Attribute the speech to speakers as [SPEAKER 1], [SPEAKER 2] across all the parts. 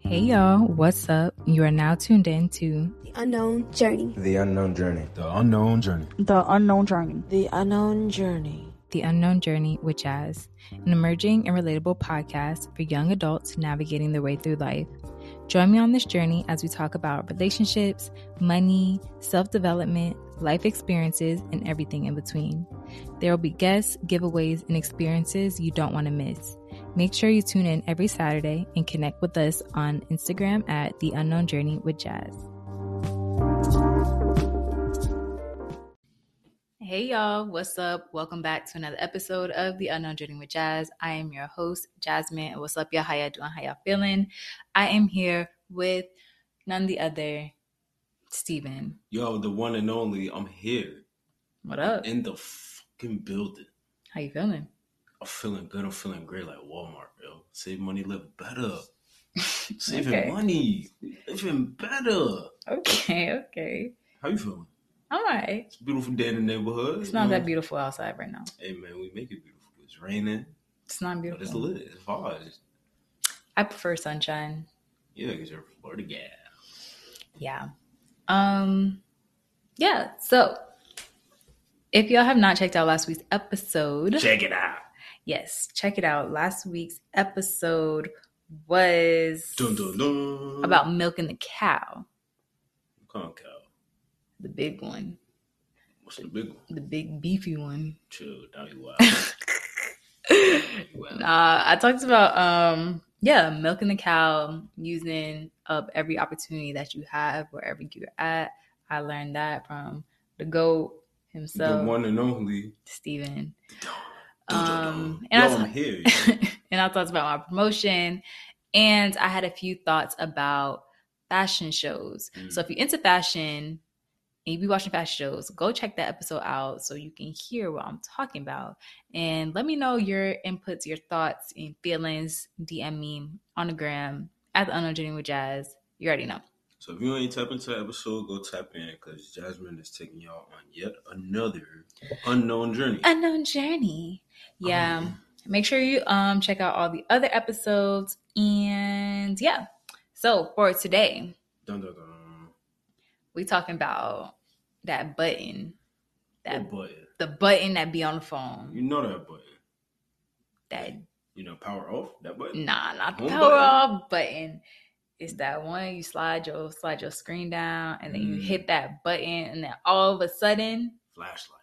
[SPEAKER 1] Hey y'all, what's up? You are now tuned in to
[SPEAKER 2] The Unknown Journey.
[SPEAKER 3] The unknown journey.
[SPEAKER 4] The unknown journey.
[SPEAKER 5] The unknown journey.
[SPEAKER 6] The unknown journey.
[SPEAKER 1] The Unknown Journey with Jazz, an emerging and relatable podcast for young adults navigating their way through life. Join me on this journey as we talk about relationships, money, self development, life experiences, and everything in between. There will be guests, giveaways, and experiences you don't want to miss. Make sure you tune in every Saturday and connect with us on Instagram at The Unknown Journey with Jazz. Hey y'all, what's up? Welcome back to another episode of The Unknown Journey with Jazz. I am your host, Jasmine. And what's up, y'all? How y'all doing? How y'all feeling? I am here with none the other, Steven.
[SPEAKER 4] Yo, the one and only. I'm here
[SPEAKER 1] What up?
[SPEAKER 4] in the fucking building.
[SPEAKER 1] How you feeling?
[SPEAKER 4] I'm feeling good. I'm feeling great like Walmart, yo. Save money, live better. Saving
[SPEAKER 1] Okay.
[SPEAKER 4] money, living better.
[SPEAKER 1] Okay, okay.
[SPEAKER 4] How you feeling?
[SPEAKER 1] All right.
[SPEAKER 4] It's a beautiful day in the neighborhood.
[SPEAKER 1] It's
[SPEAKER 4] you
[SPEAKER 1] not
[SPEAKER 4] know?
[SPEAKER 1] that beautiful outside right now.
[SPEAKER 4] Hey man, we make it beautiful. It's raining,
[SPEAKER 1] It's not
[SPEAKER 4] but it's
[SPEAKER 1] beautiful.
[SPEAKER 4] lit. It's vibes.
[SPEAKER 1] I prefer sunshine.
[SPEAKER 4] Yeah, because you're Florida gal.
[SPEAKER 1] Yeah. Um yeah, so if y'all have not checked out last week's episode,
[SPEAKER 4] Check it out.
[SPEAKER 1] Yes, check it out. Last week's episode was
[SPEAKER 4] Dun dun dun.
[SPEAKER 1] about milking the cow,
[SPEAKER 4] Come on, cow.
[SPEAKER 1] the big one,
[SPEAKER 4] What's the big one?
[SPEAKER 1] the big beefy one.
[SPEAKER 4] Chill, down you wild. Wow.
[SPEAKER 1] nah, I talked about um yeah, milking the cow, using up every opportunity that you have wherever you're at. I learned that from the goat
[SPEAKER 4] the
[SPEAKER 1] himself,
[SPEAKER 4] one and only.
[SPEAKER 1] Stephen.
[SPEAKER 4] Dun, dun,
[SPEAKER 1] Um,
[SPEAKER 4] dun.
[SPEAKER 1] and I
[SPEAKER 4] Yo,
[SPEAKER 1] was-
[SPEAKER 4] I'm here. yo.
[SPEAKER 1] and I thought about my promotion. And I had a few thoughts about fashion shows.
[SPEAKER 4] Mm.
[SPEAKER 1] So if you're into fashion and you be watching fashion shows, go check that episode out so you can hear what I'm talking about. And let me know your inputs, your thoughts, and feelings. DM me on the gram at the unknown journey with jazz. You already know.
[SPEAKER 4] So if you ain't tapped into the episode, go tap in because Jasmine is taking y'all on yet another unknown journey.
[SPEAKER 1] Unknown journey.
[SPEAKER 4] Oh,
[SPEAKER 1] Yeah. make sure you um check out all the other episodes. And yeah. So for today,
[SPEAKER 4] Dun, dun, dun.
[SPEAKER 1] We talking about that button, that
[SPEAKER 4] That button.
[SPEAKER 1] the button that be on the
[SPEAKER 4] You
[SPEAKER 1] phone.
[SPEAKER 4] know that button.
[SPEAKER 1] That
[SPEAKER 4] You know, power off that button.
[SPEAKER 1] nah, not the
[SPEAKER 4] Home
[SPEAKER 1] power
[SPEAKER 4] button?
[SPEAKER 1] off button. It's that one you slide your slide your screen down, and then you
[SPEAKER 4] Mm.
[SPEAKER 1] hit that button, and then all of a sudden,
[SPEAKER 4] Flashlight.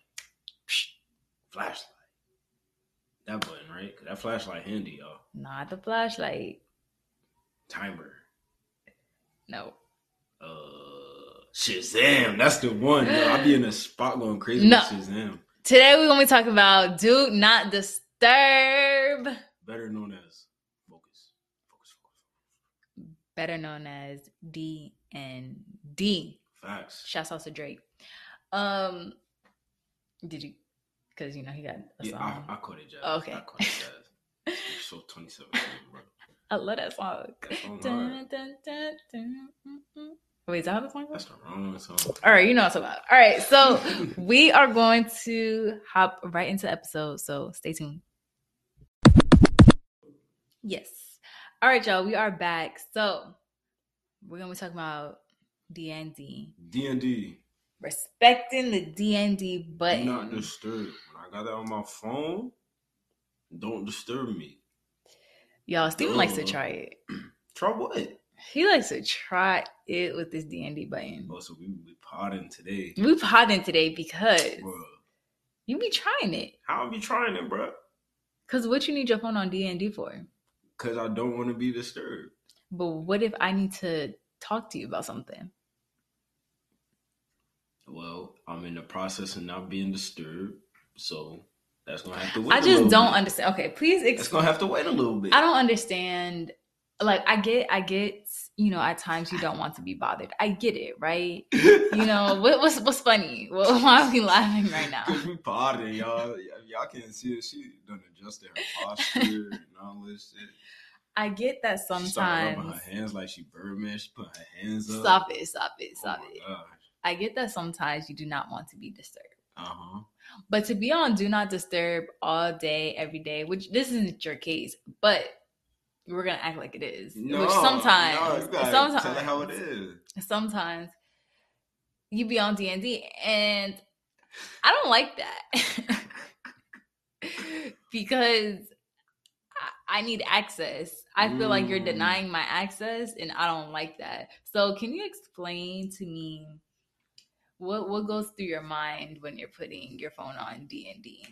[SPEAKER 4] Flashlight. That button, right? 'Cause That flashlight handy, y'all.
[SPEAKER 1] not the flashlight.
[SPEAKER 4] Timer.
[SPEAKER 1] No,
[SPEAKER 4] Uh, Shazam. That's the one. Yo. I be in a spot going crazy
[SPEAKER 1] No.
[SPEAKER 4] with Shazam.
[SPEAKER 1] today we're gonna be talking about do not disturb,
[SPEAKER 4] Better known as focus. Focus. Focus.
[SPEAKER 1] better known as D and D.
[SPEAKER 4] Facts.
[SPEAKER 1] Shouts out to Drake. Um, did you? Because you know he got a
[SPEAKER 4] Yeah,
[SPEAKER 1] song.
[SPEAKER 4] I, I caught it, Jazz.
[SPEAKER 1] Okay.
[SPEAKER 4] I caught it, Jazz. You're so 27, bro.
[SPEAKER 1] I love that song.
[SPEAKER 4] That's on
[SPEAKER 1] Dun,
[SPEAKER 4] hard.
[SPEAKER 1] dun, dun, dun, mm, mm. Wait, is that how the song
[SPEAKER 4] That's
[SPEAKER 1] goes?
[SPEAKER 4] the wrong song.
[SPEAKER 1] All right, you know what I'm talking about. All right, so we are going to hop right into the episode, so stay tuned. Yes. All right, y'all, we are back. So we're going to be talking about DND,
[SPEAKER 4] D&D.
[SPEAKER 1] respecting the DND
[SPEAKER 4] Do
[SPEAKER 1] button.
[SPEAKER 4] not disturb. When I got that on my phone, don't disturb me.
[SPEAKER 1] y'all, Steven likes to
[SPEAKER 4] Duh.
[SPEAKER 1] try it.
[SPEAKER 4] Try what?
[SPEAKER 1] He likes to try it with this DND button.
[SPEAKER 4] Oh, so we we potting today.
[SPEAKER 1] We podding today because
[SPEAKER 4] Bro,
[SPEAKER 1] you be trying it.
[SPEAKER 4] how am you trying it, bro?
[SPEAKER 1] Cause what you need your phone on D and D for?
[SPEAKER 4] Because I don't want to be disturbed.
[SPEAKER 1] But what if I need to talk to you about something?
[SPEAKER 4] Well, I'm in the process of not being disturbed, so that's going to have to wait
[SPEAKER 1] I
[SPEAKER 4] a
[SPEAKER 1] just
[SPEAKER 4] little
[SPEAKER 1] don't
[SPEAKER 4] bit.
[SPEAKER 1] understand. Okay, please
[SPEAKER 4] That's
[SPEAKER 1] explain.
[SPEAKER 4] going to have to wait a little bit.
[SPEAKER 1] I don't understand. Like I get, I get. You know, at times you don't want to be bothered. I get it, right? You know what, what's what's funny? Well, why are we laughing right now?
[SPEAKER 4] Cause we potting, y'all. If Y'all can't see it. She done adjusted her posture and all this shit.
[SPEAKER 1] I get that
[SPEAKER 4] She started rubbing
[SPEAKER 1] sometimes.
[SPEAKER 4] her hands like she Birdman. She put her hands up.
[SPEAKER 1] Stop it! Stop it!
[SPEAKER 4] Oh my
[SPEAKER 1] Stop it!
[SPEAKER 4] gosh.
[SPEAKER 1] I get that sometimes you do not want to be disturbed.
[SPEAKER 4] Uh huh.
[SPEAKER 1] But to be on do not disturb all day, every day, which this isn't your case, but we're gonna act like it is.
[SPEAKER 4] No,
[SPEAKER 1] Which sometimes,
[SPEAKER 4] no, you gotta
[SPEAKER 1] sometimes,
[SPEAKER 4] tell it how it is.
[SPEAKER 1] sometimes you be on D and D, and I don't like that because I, I need access. I feel like you're
[SPEAKER 4] Mm.
[SPEAKER 1] denying my access, and I don't like that. So, can you explain to me what what goes through your mind when you're putting your phone on D and D?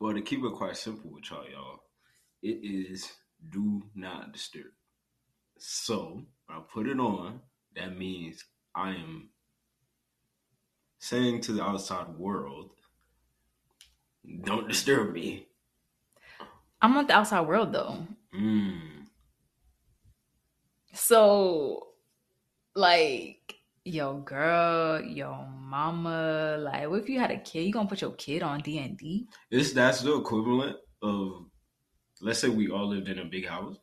[SPEAKER 4] Well, to keep it quite simple with y'all, y'all, it is do not disturb. So when I put it on, that means I am saying to the outside world, don't disturb me.
[SPEAKER 1] I'm on the outside world though.
[SPEAKER 4] Mm.
[SPEAKER 1] So, like, yo, girl, yo, mama, like, what if you had a kid? You gonna put your kid on D and D?
[SPEAKER 4] It's that's the equivalent of let's say we all lived in a big house.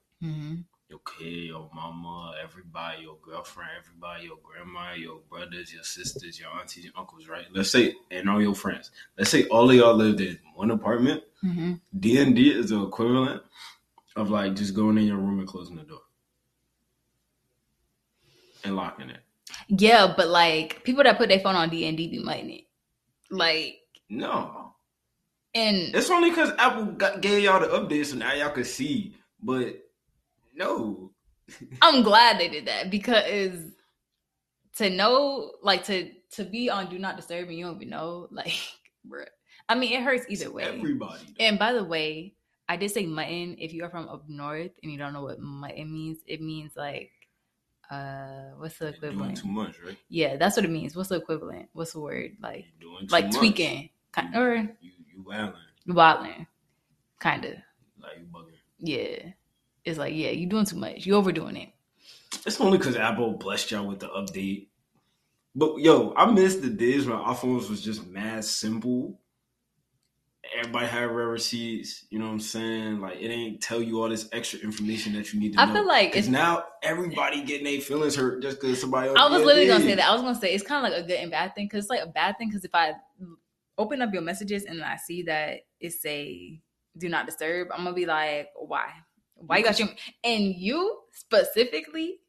[SPEAKER 4] Your kid, your mama, everybody, your girlfriend, everybody, your grandma, your brothers, your sisters, your aunties, your uncles, right? Let's say and all your friends. Let's say all of y'all lived in one apartment. D and D is the equivalent of like just going in your room and closing the door. And locking it.
[SPEAKER 1] Yeah, but like, people that put their phone on D and D be lighting it, like,
[SPEAKER 4] No.
[SPEAKER 1] and
[SPEAKER 4] It's only because Apple got, gave y'all the update, so now y'all can see. But no,
[SPEAKER 1] I'm glad they did that because to know, like, to to be on Do Not Disturb and you don't even know, like, bruh. I mean, it hurts either way.
[SPEAKER 4] everybody. does.
[SPEAKER 1] And by the way, I did say mutton. If you are from up north and you don't know what mutton means, it means like, uh, what's the
[SPEAKER 4] You're doing
[SPEAKER 1] equivalent?
[SPEAKER 4] too much, right?
[SPEAKER 1] Yeah, that's what it means. What's the equivalent? What's the word? Like,
[SPEAKER 4] You're doing too
[SPEAKER 1] like
[SPEAKER 4] much. Mm.
[SPEAKER 1] tweaking, kind or
[SPEAKER 4] You you wilding
[SPEAKER 1] wilding, kind of.
[SPEAKER 4] like you bugging.
[SPEAKER 1] Yeah, it's like yeah, you're doing too much. You're overdoing it.
[SPEAKER 4] It's only because Apple blessed y'all with the update. But yo, I miss the days when iPhones was just mad simple. Everybody had rare receipts. You know what I'm saying? Like it ain't tell you all this extra information that you need to
[SPEAKER 1] I
[SPEAKER 4] know.
[SPEAKER 1] feel like
[SPEAKER 4] Cause
[SPEAKER 1] it's.
[SPEAKER 4] now everybody getting their feelings hurt just because somebody else.
[SPEAKER 1] I was
[SPEAKER 4] did
[SPEAKER 1] literally gonna
[SPEAKER 4] this.
[SPEAKER 1] say that. I was gonna say it's kind of like a good and bad thing because it's like a bad thing because if I open up your messages and I see that it say do not disturb, I'm gonna be like, why? Why you got your and you specifically,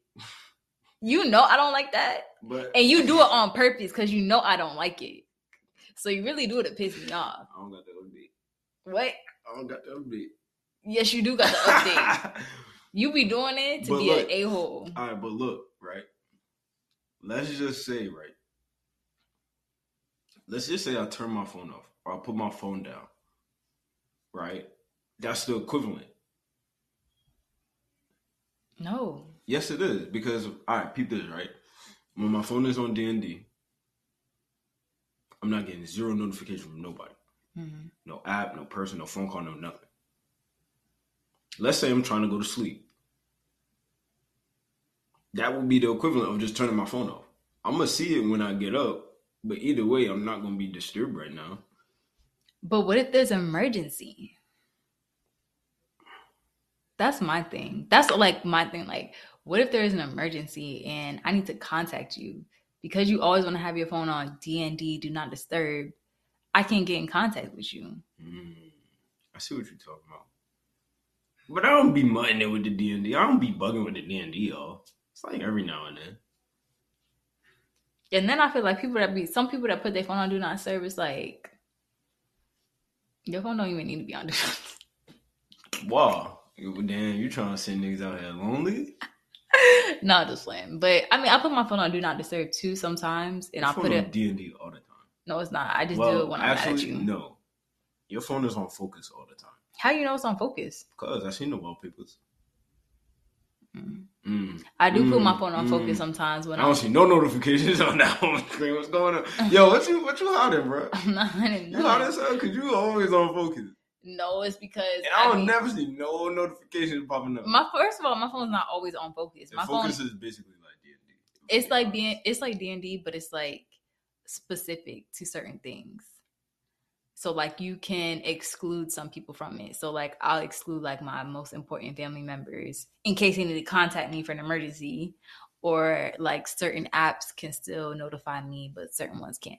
[SPEAKER 1] you know I don't like that,
[SPEAKER 4] But
[SPEAKER 1] and you do it on purpose because you know I don't like it. So you really do it to piss me off.
[SPEAKER 4] I don't got the update.
[SPEAKER 1] What?
[SPEAKER 4] I don't got the update.
[SPEAKER 1] Yes, you do got the update. you be doing it to
[SPEAKER 4] But
[SPEAKER 1] be
[SPEAKER 4] look,
[SPEAKER 1] an a hole.
[SPEAKER 4] All right, but look, right? Let's just say, right? Let's just say I turn my phone off or I put my phone down, right? That's the equivalent.
[SPEAKER 1] No.
[SPEAKER 4] Yes, it is because all right, peep this, right? When my phone is on D and D, I'm not getting zero notification from nobody,
[SPEAKER 1] Mhm.
[SPEAKER 4] no app, no person, no phone call, no nothing. Let's say I'm trying to go to sleep. That would be the equivalent of just turning my phone off. I'm gonna see it when I get up, but either way, I'm not gonna be disturbed right now.
[SPEAKER 1] But what if there's an emergency? That's my thing. That's like my thing. Like, what if there is an emergency and I need to contact you because you always want to have your phone on DND, do not disturb? I can't get in contact with you.
[SPEAKER 4] Mm, I see what you're talking about, but I don't be mutting it with the D and D. I don't be bugging with the D and D, y'all. It's like every now and then.
[SPEAKER 1] And then I feel like people that be some people that put their phone on do not disturb is like your phone don't even need to be on do not.
[SPEAKER 4] Wow. Damn, you trying to send niggas out here lonely?
[SPEAKER 1] no, just playing. But I mean, I put my phone on do not disturb too sometimes, and I put it.
[SPEAKER 4] D and D all the time.
[SPEAKER 1] No, it's not. I just do it when I'm mad at you.
[SPEAKER 4] no. Your phone is on focus all the time.
[SPEAKER 1] How you know it's on focus?
[SPEAKER 4] Cause I seen the wallpapers.
[SPEAKER 1] Mm.
[SPEAKER 4] Mm.
[SPEAKER 1] I do put my
[SPEAKER 4] Mm,
[SPEAKER 1] phone on
[SPEAKER 4] mm.
[SPEAKER 1] focus sometimes
[SPEAKER 4] I
[SPEAKER 1] when
[SPEAKER 4] don't
[SPEAKER 1] I'm,
[SPEAKER 4] see no notifications on that home screen. What's going on? Yo, what you what you hiding, bro?
[SPEAKER 1] I'm not in
[SPEAKER 4] You hiding
[SPEAKER 1] no.
[SPEAKER 4] something? Cause you always on focus, and
[SPEAKER 1] No, it's because
[SPEAKER 4] I
[SPEAKER 1] I
[SPEAKER 4] don't
[SPEAKER 1] be-
[SPEAKER 4] never see no notifications popping up.
[SPEAKER 1] my first of all, my phone's not always on focus.
[SPEAKER 4] The
[SPEAKER 1] My phone,
[SPEAKER 4] focus is basically like D and D.
[SPEAKER 1] it's like being, it's like D and D, but it's like specific to certain things. So like you can exclude some people from it. So like I'll exclude like my most important family members in case they need to contact me for an emergency, or like certain apps can still notify me, but certain ones can't.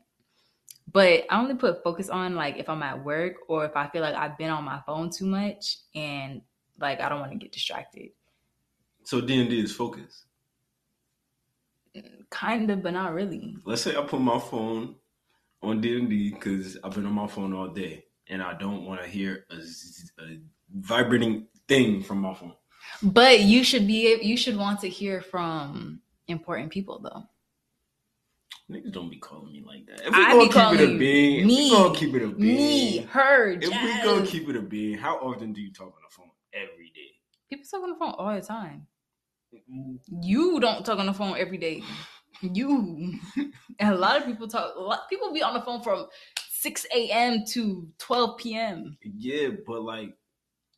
[SPEAKER 1] But I only put focus on like if I'm at work or if I feel like I've been on my phone too much and Like I don't want to get distracted.
[SPEAKER 4] So D and D is focused.
[SPEAKER 1] Kinda, but not really.
[SPEAKER 4] Let's say I put my phone on D and D because I've been on my phone all day and I don't want to hear a, z- a vibrating thing from my phone.
[SPEAKER 1] But you should be you should want to hear from important people though.
[SPEAKER 4] Niggas don't be calling me like that. If
[SPEAKER 1] I
[SPEAKER 4] we
[SPEAKER 1] be
[SPEAKER 4] gonna keep it
[SPEAKER 1] calling
[SPEAKER 4] a
[SPEAKER 1] you.
[SPEAKER 4] bean, if
[SPEAKER 1] Me.
[SPEAKER 4] we gonna keep it a bean.
[SPEAKER 1] Me, her,
[SPEAKER 4] If we
[SPEAKER 1] Jazz.
[SPEAKER 4] gonna keep it a bean, how often do you talk on the phone every day?
[SPEAKER 1] people talk on the phone all the time. You don't talk on the phone every day. You and a lot of people talk. A lot, people be on the phone from six a.m. to twelve p.m.
[SPEAKER 4] Yeah, but like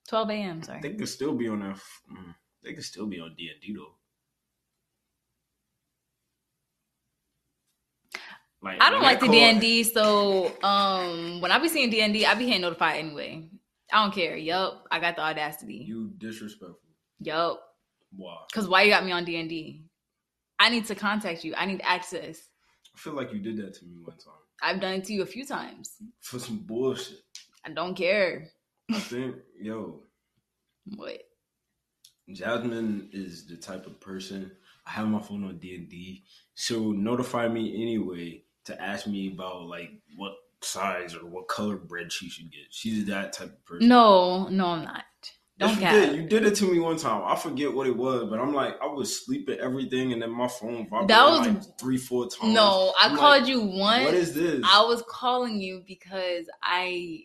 [SPEAKER 1] twelve a.m. Sorry.
[SPEAKER 4] they could still be on that. f- mm, They could still be on D and D though. Like
[SPEAKER 1] I don't
[SPEAKER 4] when
[SPEAKER 1] like the
[SPEAKER 4] call-
[SPEAKER 1] D and D, so um, when I be seeing D and D, I be getting notified anyway. I don't care. Yup, I got the audacity.
[SPEAKER 4] You disrespectful.
[SPEAKER 1] Yup,
[SPEAKER 4] Why?
[SPEAKER 1] because why you got me on D and D? I need to contact you. I need access.
[SPEAKER 4] I feel like you did that to me one time
[SPEAKER 1] I've done it to you a few times.
[SPEAKER 4] for some bullshit.
[SPEAKER 1] I don't care.
[SPEAKER 4] I think yo,
[SPEAKER 1] What?
[SPEAKER 4] Jasmine is the type of person I have my phone on D and D. She'll notify me anyway to ask me about like what size or what color bread she should get. She's that type of person.
[SPEAKER 1] No, no, I'm not. Don't
[SPEAKER 4] Yes, you
[SPEAKER 1] care.
[SPEAKER 4] did. You did it to me one time. I forget what it was, but I'm like, I was sleeping everything, and then my phone vibrated
[SPEAKER 1] That was-
[SPEAKER 4] like three, four times.
[SPEAKER 1] No, I
[SPEAKER 4] I'm
[SPEAKER 1] called
[SPEAKER 4] like,
[SPEAKER 1] you once.
[SPEAKER 4] What is this?
[SPEAKER 1] I was calling you because I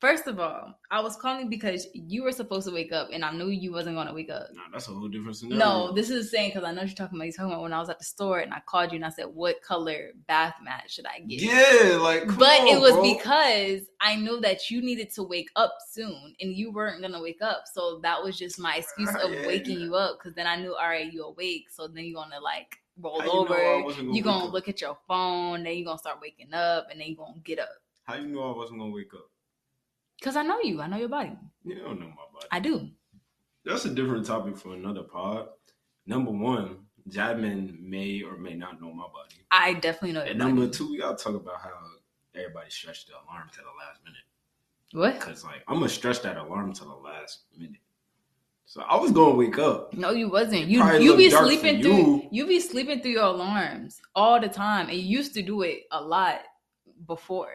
[SPEAKER 1] first of all, I was calling because you were supposed to wake up and I knew you wasn't gonna wake up.
[SPEAKER 4] nah, that's a whole different scenario.
[SPEAKER 1] No, this is saying because I know what you're talking about. You're talking about when I was at the store and I called you and I said, "What color bath mat should I get?"
[SPEAKER 4] yeah, like, come
[SPEAKER 1] but
[SPEAKER 4] on,
[SPEAKER 1] it was
[SPEAKER 4] bro.
[SPEAKER 1] because I knew that you needed to wake up soon and you weren't gonna wake up, so that was just my excuse of
[SPEAKER 4] Yeah.
[SPEAKER 1] waking you up. Because then I knew, all right, you awake, so then you're gonna like roll
[SPEAKER 4] How you know
[SPEAKER 1] over.
[SPEAKER 4] I wasn't gonna
[SPEAKER 1] you're gonna
[SPEAKER 4] wake up?
[SPEAKER 1] look at your phone, then you're gonna start waking up, and then you're gonna get up.
[SPEAKER 4] How you know I wasn't gonna wake up?
[SPEAKER 1] Cause I know you, I know your body.
[SPEAKER 4] You don't know my body.
[SPEAKER 1] I do.
[SPEAKER 4] that's a different topic for another pod. Number one, Jasmine may or may not know my body.
[SPEAKER 1] I definitely know your
[SPEAKER 4] And
[SPEAKER 1] body.
[SPEAKER 4] number two, we gotta talk about how everybody stretched the alarm to the last minute.
[SPEAKER 1] What?
[SPEAKER 4] Cause like I'm gonna stretch that alarm to the last minute. So I was gonna wake up.
[SPEAKER 1] No, you wasn't. You
[SPEAKER 4] probably
[SPEAKER 1] you
[SPEAKER 4] look
[SPEAKER 1] be
[SPEAKER 4] dark for
[SPEAKER 1] sleeping through you be sleeping through your alarms all the time, and you used to do it a lot before.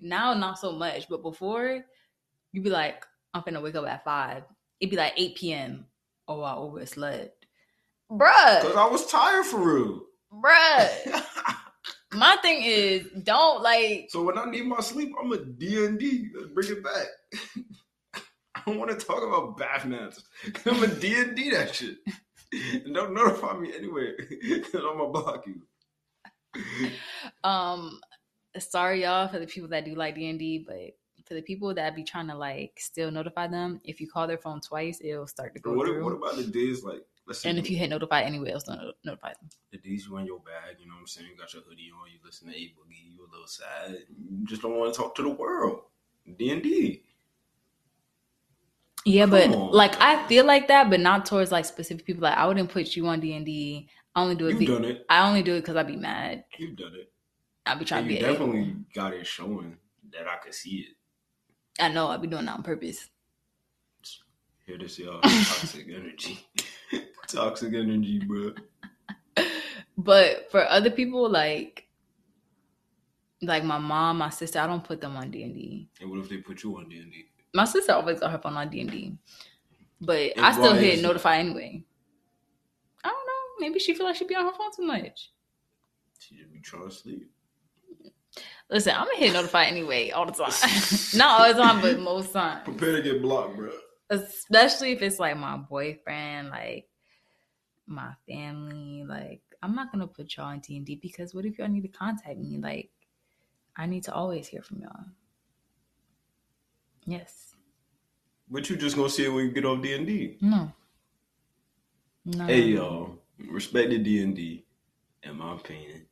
[SPEAKER 1] Now, not so much, but before, you be like, "I'm finna wake up at 5. It'd be like eight p.m. Oh, I overslept,
[SPEAKER 4] Cause
[SPEAKER 1] bruh,
[SPEAKER 4] I was tired for real.
[SPEAKER 1] bruh. My thing is, don't like.
[SPEAKER 4] so when I need my sleep, I'm a D. Let's bring it back. I don't want to talk about bath mats. I'm a D that shit. And don't notify me anyway. Cause I'm gonna block you.
[SPEAKER 1] Um, sorry y'all for the people that do like D and D, but for the people that be trying to like still notify them, if you call their phone twice, it'll start to go
[SPEAKER 4] What,
[SPEAKER 1] through.
[SPEAKER 4] what about the days like? Let's
[SPEAKER 1] and if you hit notify anywhere else, don't notify them.
[SPEAKER 4] the days you in your bag, you know what I'm saying? You got your hoodie on, you listen to A Boogie, you a little sad. You just don't want to talk to the world. D and D.
[SPEAKER 1] Yeah,
[SPEAKER 4] Come
[SPEAKER 1] but
[SPEAKER 4] on.
[SPEAKER 1] like I feel like that, but not towards like specific people. Like I wouldn't put you on D and D. I only do it.
[SPEAKER 4] You've
[SPEAKER 1] be-
[SPEAKER 4] done it.
[SPEAKER 1] I only do it because I'd be mad.
[SPEAKER 4] You've done it.
[SPEAKER 1] I'd be trying
[SPEAKER 4] And
[SPEAKER 1] to be.
[SPEAKER 4] you
[SPEAKER 1] an
[SPEAKER 4] definitely
[SPEAKER 1] a-hole.
[SPEAKER 4] got it showing that I could see it.
[SPEAKER 1] I know. I'd be doing that on purpose.
[SPEAKER 4] Here this y'all uh, toxic energy. toxic energy, bro.
[SPEAKER 1] But for other people, like like my mom, my sister, I don't put them on D and D.
[SPEAKER 4] And what if they put you on D and D?
[SPEAKER 1] My sister always got her phone on D and D, but
[SPEAKER 4] And
[SPEAKER 1] I still
[SPEAKER 4] why
[SPEAKER 1] hit
[SPEAKER 4] is-
[SPEAKER 1] notify anyway. I don't know. Maybe she feel like she be on her phone too much.
[SPEAKER 4] She just be trying to sleep.
[SPEAKER 1] Listen, I'm gonna hit notify anyway all the time. Not all the time, but most times.
[SPEAKER 4] Prepare to get blocked, bro.
[SPEAKER 1] Especially if it's like my boyfriend, like my family. Like I'm not gonna put y'all on D and D because what if y'all need to contact me? Like I need to always hear from y'all. Yes.
[SPEAKER 4] But you just gonna see it when you get off D and D.
[SPEAKER 1] No. No.
[SPEAKER 4] Hey y'all, respect the D and D, in my opinion.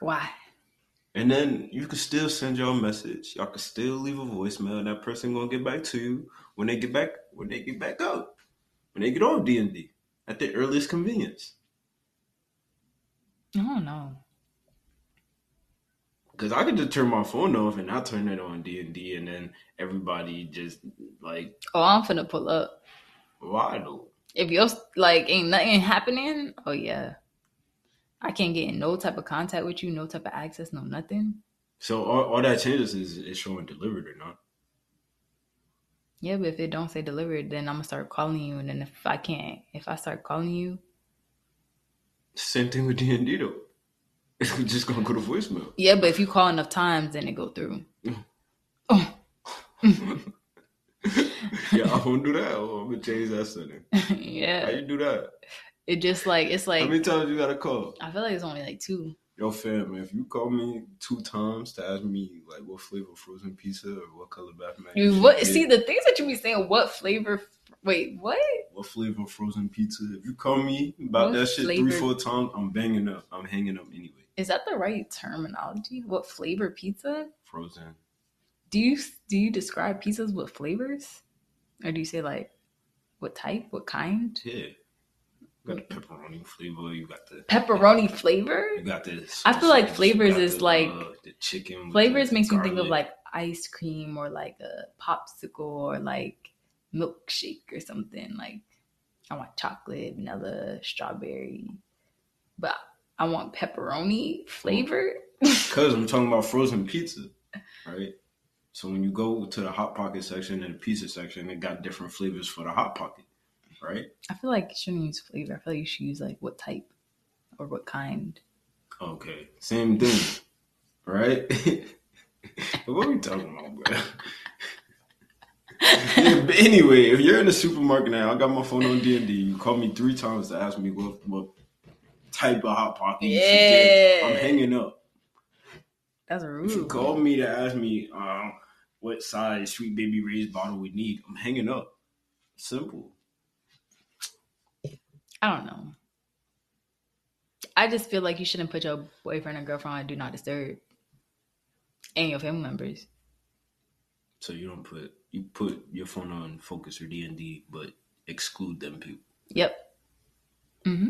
[SPEAKER 1] Why?
[SPEAKER 4] And then you can still send y'all a message. Y'all can still leave a voicemail. And that person gonna get back to you when they get back when they get back up. When they get off D and D. At the earliest convenience.
[SPEAKER 1] I don't know.
[SPEAKER 4] Cause I could just turn my phone off and not turn it on D and D and then everybody just Like,
[SPEAKER 1] Oh, I'm finna pull up.
[SPEAKER 4] why though?
[SPEAKER 1] If you like ain't nothing happening, oh yeah. I can't get in no type of contact with you, no type of access, no nothing.
[SPEAKER 4] So all, all that changes is is showing delivered or not.
[SPEAKER 1] Yeah, but if it don't say delivered, then I'm gonna start calling you, and then if I can't, if I start calling you,
[SPEAKER 4] Same thing with D and D though. It's just gonna go to voicemail.
[SPEAKER 1] yeah, but if you call enough times, then it go through.
[SPEAKER 4] yeah, I won't do that. Oh, I'm gonna change that setting. How
[SPEAKER 1] yeah,
[SPEAKER 4] you do that?
[SPEAKER 1] it just like it's
[SPEAKER 4] How
[SPEAKER 1] like uh,
[SPEAKER 4] many times you gotta call?
[SPEAKER 1] I feel like it's only like two.
[SPEAKER 4] Yo, fam, if you call me two times to ask me like what flavor frozen pizza or what color bath mac, and
[SPEAKER 1] You- what
[SPEAKER 4] cheese
[SPEAKER 1] see
[SPEAKER 4] is,
[SPEAKER 1] the things that you be saying? What flavor? Wait, what?
[SPEAKER 4] what flavor frozen pizza? If you call me about
[SPEAKER 1] What
[SPEAKER 4] that shit three,
[SPEAKER 1] flavor?
[SPEAKER 4] four times, I'm banging up. I'm hanging up anyway.
[SPEAKER 1] Is that the right terminology? What flavor pizza?
[SPEAKER 4] Frozen.
[SPEAKER 1] Do you do you describe pizzas with flavors, or do you say like what type, what kind?
[SPEAKER 4] Yeah. You got the pepperoni flavor. You got the
[SPEAKER 1] Pepperoni flavor?
[SPEAKER 4] you got the.
[SPEAKER 1] I feel like
[SPEAKER 4] sausage,
[SPEAKER 1] flavors
[SPEAKER 4] you got
[SPEAKER 1] is
[SPEAKER 4] the,
[SPEAKER 1] like-
[SPEAKER 4] uh, the chicken. with
[SPEAKER 1] Flavors
[SPEAKER 4] the
[SPEAKER 1] makes me think of
[SPEAKER 4] garlic.
[SPEAKER 1] like ice cream or like a popsicle or like milkshake or something. Like I want chocolate, vanilla, strawberry, but I want pepperoni flavor.
[SPEAKER 4] Cause I'm talking about frozen pizza, right? So when you go to the hot pocket section and the pizza section, it got different flavors for the hot pocket, right?
[SPEAKER 1] I feel like you shouldn't use flavor. I feel like you should use like what type or what kind.
[SPEAKER 4] Okay, same thing, right? what we talking about, bro? Yeah, but anyway, if you're in the supermarket now, I got my phone on D and D. You call me three times to ask me what what type of hot pocket you should get. I'm
[SPEAKER 1] Yeah.
[SPEAKER 4] hanging up.
[SPEAKER 1] That's
[SPEAKER 4] If you
[SPEAKER 1] rude.
[SPEAKER 4] call me to ask me uh, what size Sweet Baby Ray's bottle we need, I'm hanging up. Simple.
[SPEAKER 1] I don't know. I just feel like you shouldn't put your boyfriend or girlfriend on do not disturb, and your family members.
[SPEAKER 4] So you don't put you put your phone on focus or D and D, but exclude them people.
[SPEAKER 1] Yep. hmm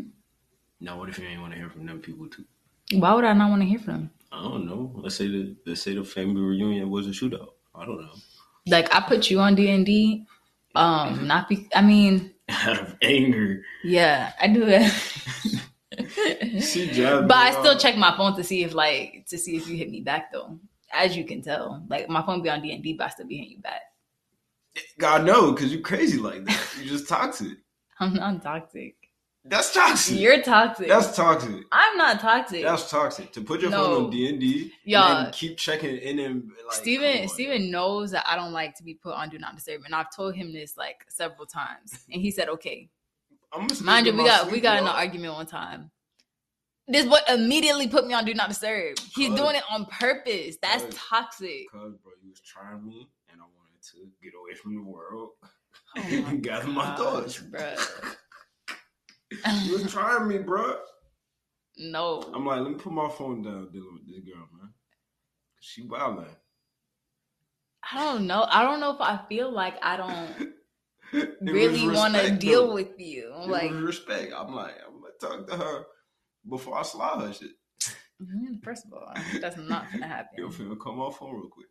[SPEAKER 4] Now, what if you ain't want to hear from them people too?
[SPEAKER 1] Why would I not want to hear from them?
[SPEAKER 4] I don't know. Let's say the let's say the family reunion was a shootout. I don't know.
[SPEAKER 1] like I put you on D and D. Um, not be. I mean,
[SPEAKER 4] Out of anger,
[SPEAKER 1] yeah, I do that.
[SPEAKER 4] she jabbed
[SPEAKER 1] but
[SPEAKER 4] me
[SPEAKER 1] I still
[SPEAKER 4] out.
[SPEAKER 1] check my phone to see if like to see if you hit me back though. As you can tell, like my phone be on D and D, but I still be hitting you back.
[SPEAKER 4] God no, because you crazy like that. You just toxic.
[SPEAKER 1] I'm not toxic.
[SPEAKER 4] That's toxic.
[SPEAKER 1] You're toxic.
[SPEAKER 4] That's toxic.
[SPEAKER 1] I'm not toxic.
[SPEAKER 4] That's toxic. To put your phone
[SPEAKER 1] No.
[SPEAKER 4] on D and D,
[SPEAKER 1] Yeah.
[SPEAKER 4] and keep checking in and like come
[SPEAKER 1] Steven
[SPEAKER 4] on.
[SPEAKER 1] Steven knows that I don't like to be put on do not disturb, and I've told him this like several times, and he said okay.
[SPEAKER 4] I'm gonna
[SPEAKER 1] Mind you,
[SPEAKER 4] sleep
[SPEAKER 1] we
[SPEAKER 4] in my
[SPEAKER 1] got we
[SPEAKER 4] sleep,
[SPEAKER 1] got in
[SPEAKER 4] yo.
[SPEAKER 1] an argument one time. This boy immediately put me on do not disturb. He's
[SPEAKER 4] Cuz.
[SPEAKER 1] doing it on purpose. That's
[SPEAKER 4] Cuz.
[SPEAKER 1] toxic.
[SPEAKER 4] Cause bro, you was trying me, and I wanted to get away from the world.
[SPEAKER 1] Oh my
[SPEAKER 4] Gather my
[SPEAKER 1] gosh,
[SPEAKER 4] thoughts.
[SPEAKER 1] bruh.
[SPEAKER 4] you was trying me, bro. I'm
[SPEAKER 1] no.
[SPEAKER 4] like, let me put my phone down dealing with this girl, man. She wildin'.
[SPEAKER 1] I don't know. I don't know if I feel like I don't
[SPEAKER 4] It was
[SPEAKER 1] really want to
[SPEAKER 4] respect,
[SPEAKER 1] deal
[SPEAKER 4] though.
[SPEAKER 1] with you.
[SPEAKER 4] It
[SPEAKER 1] Like
[SPEAKER 4] was respect. I'm like, I'm gonna talk to her before I slide her shit.
[SPEAKER 1] mm, first of all, that's not gonna happen.
[SPEAKER 4] Yo, finna call my phone real quick.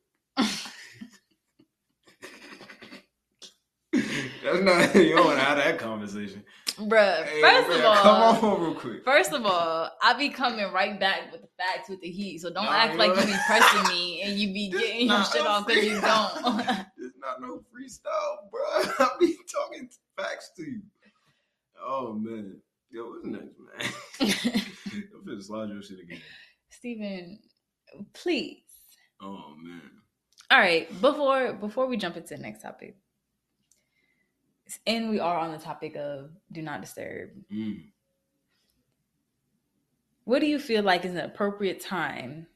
[SPEAKER 4] That's not you don't wanna have that conversation.
[SPEAKER 1] Bruh,
[SPEAKER 4] Hey,
[SPEAKER 1] first
[SPEAKER 4] man,
[SPEAKER 1] of
[SPEAKER 4] come
[SPEAKER 1] all,
[SPEAKER 4] on phone real quick.
[SPEAKER 1] First of all, I be coming right back with the facts with the heat. So don't
[SPEAKER 4] Nah,
[SPEAKER 1] act
[SPEAKER 4] you
[SPEAKER 1] like
[SPEAKER 4] know-
[SPEAKER 1] you be pressing me and you be
[SPEAKER 4] This
[SPEAKER 1] getting your
[SPEAKER 4] not
[SPEAKER 1] shit
[SPEAKER 4] no
[SPEAKER 1] off because you
[SPEAKER 4] free-
[SPEAKER 1] don't.
[SPEAKER 4] It's not no freestyle, bro. I be talking facts to you. Oh man, yo, what's next, man? I'm finna slide your shit again.
[SPEAKER 1] Steven, please.
[SPEAKER 4] Oh man,
[SPEAKER 1] All right, before before we jump into the next topic. And we are on the topic of do not disturb.
[SPEAKER 4] Mm.
[SPEAKER 1] What do you feel like is an appropriate time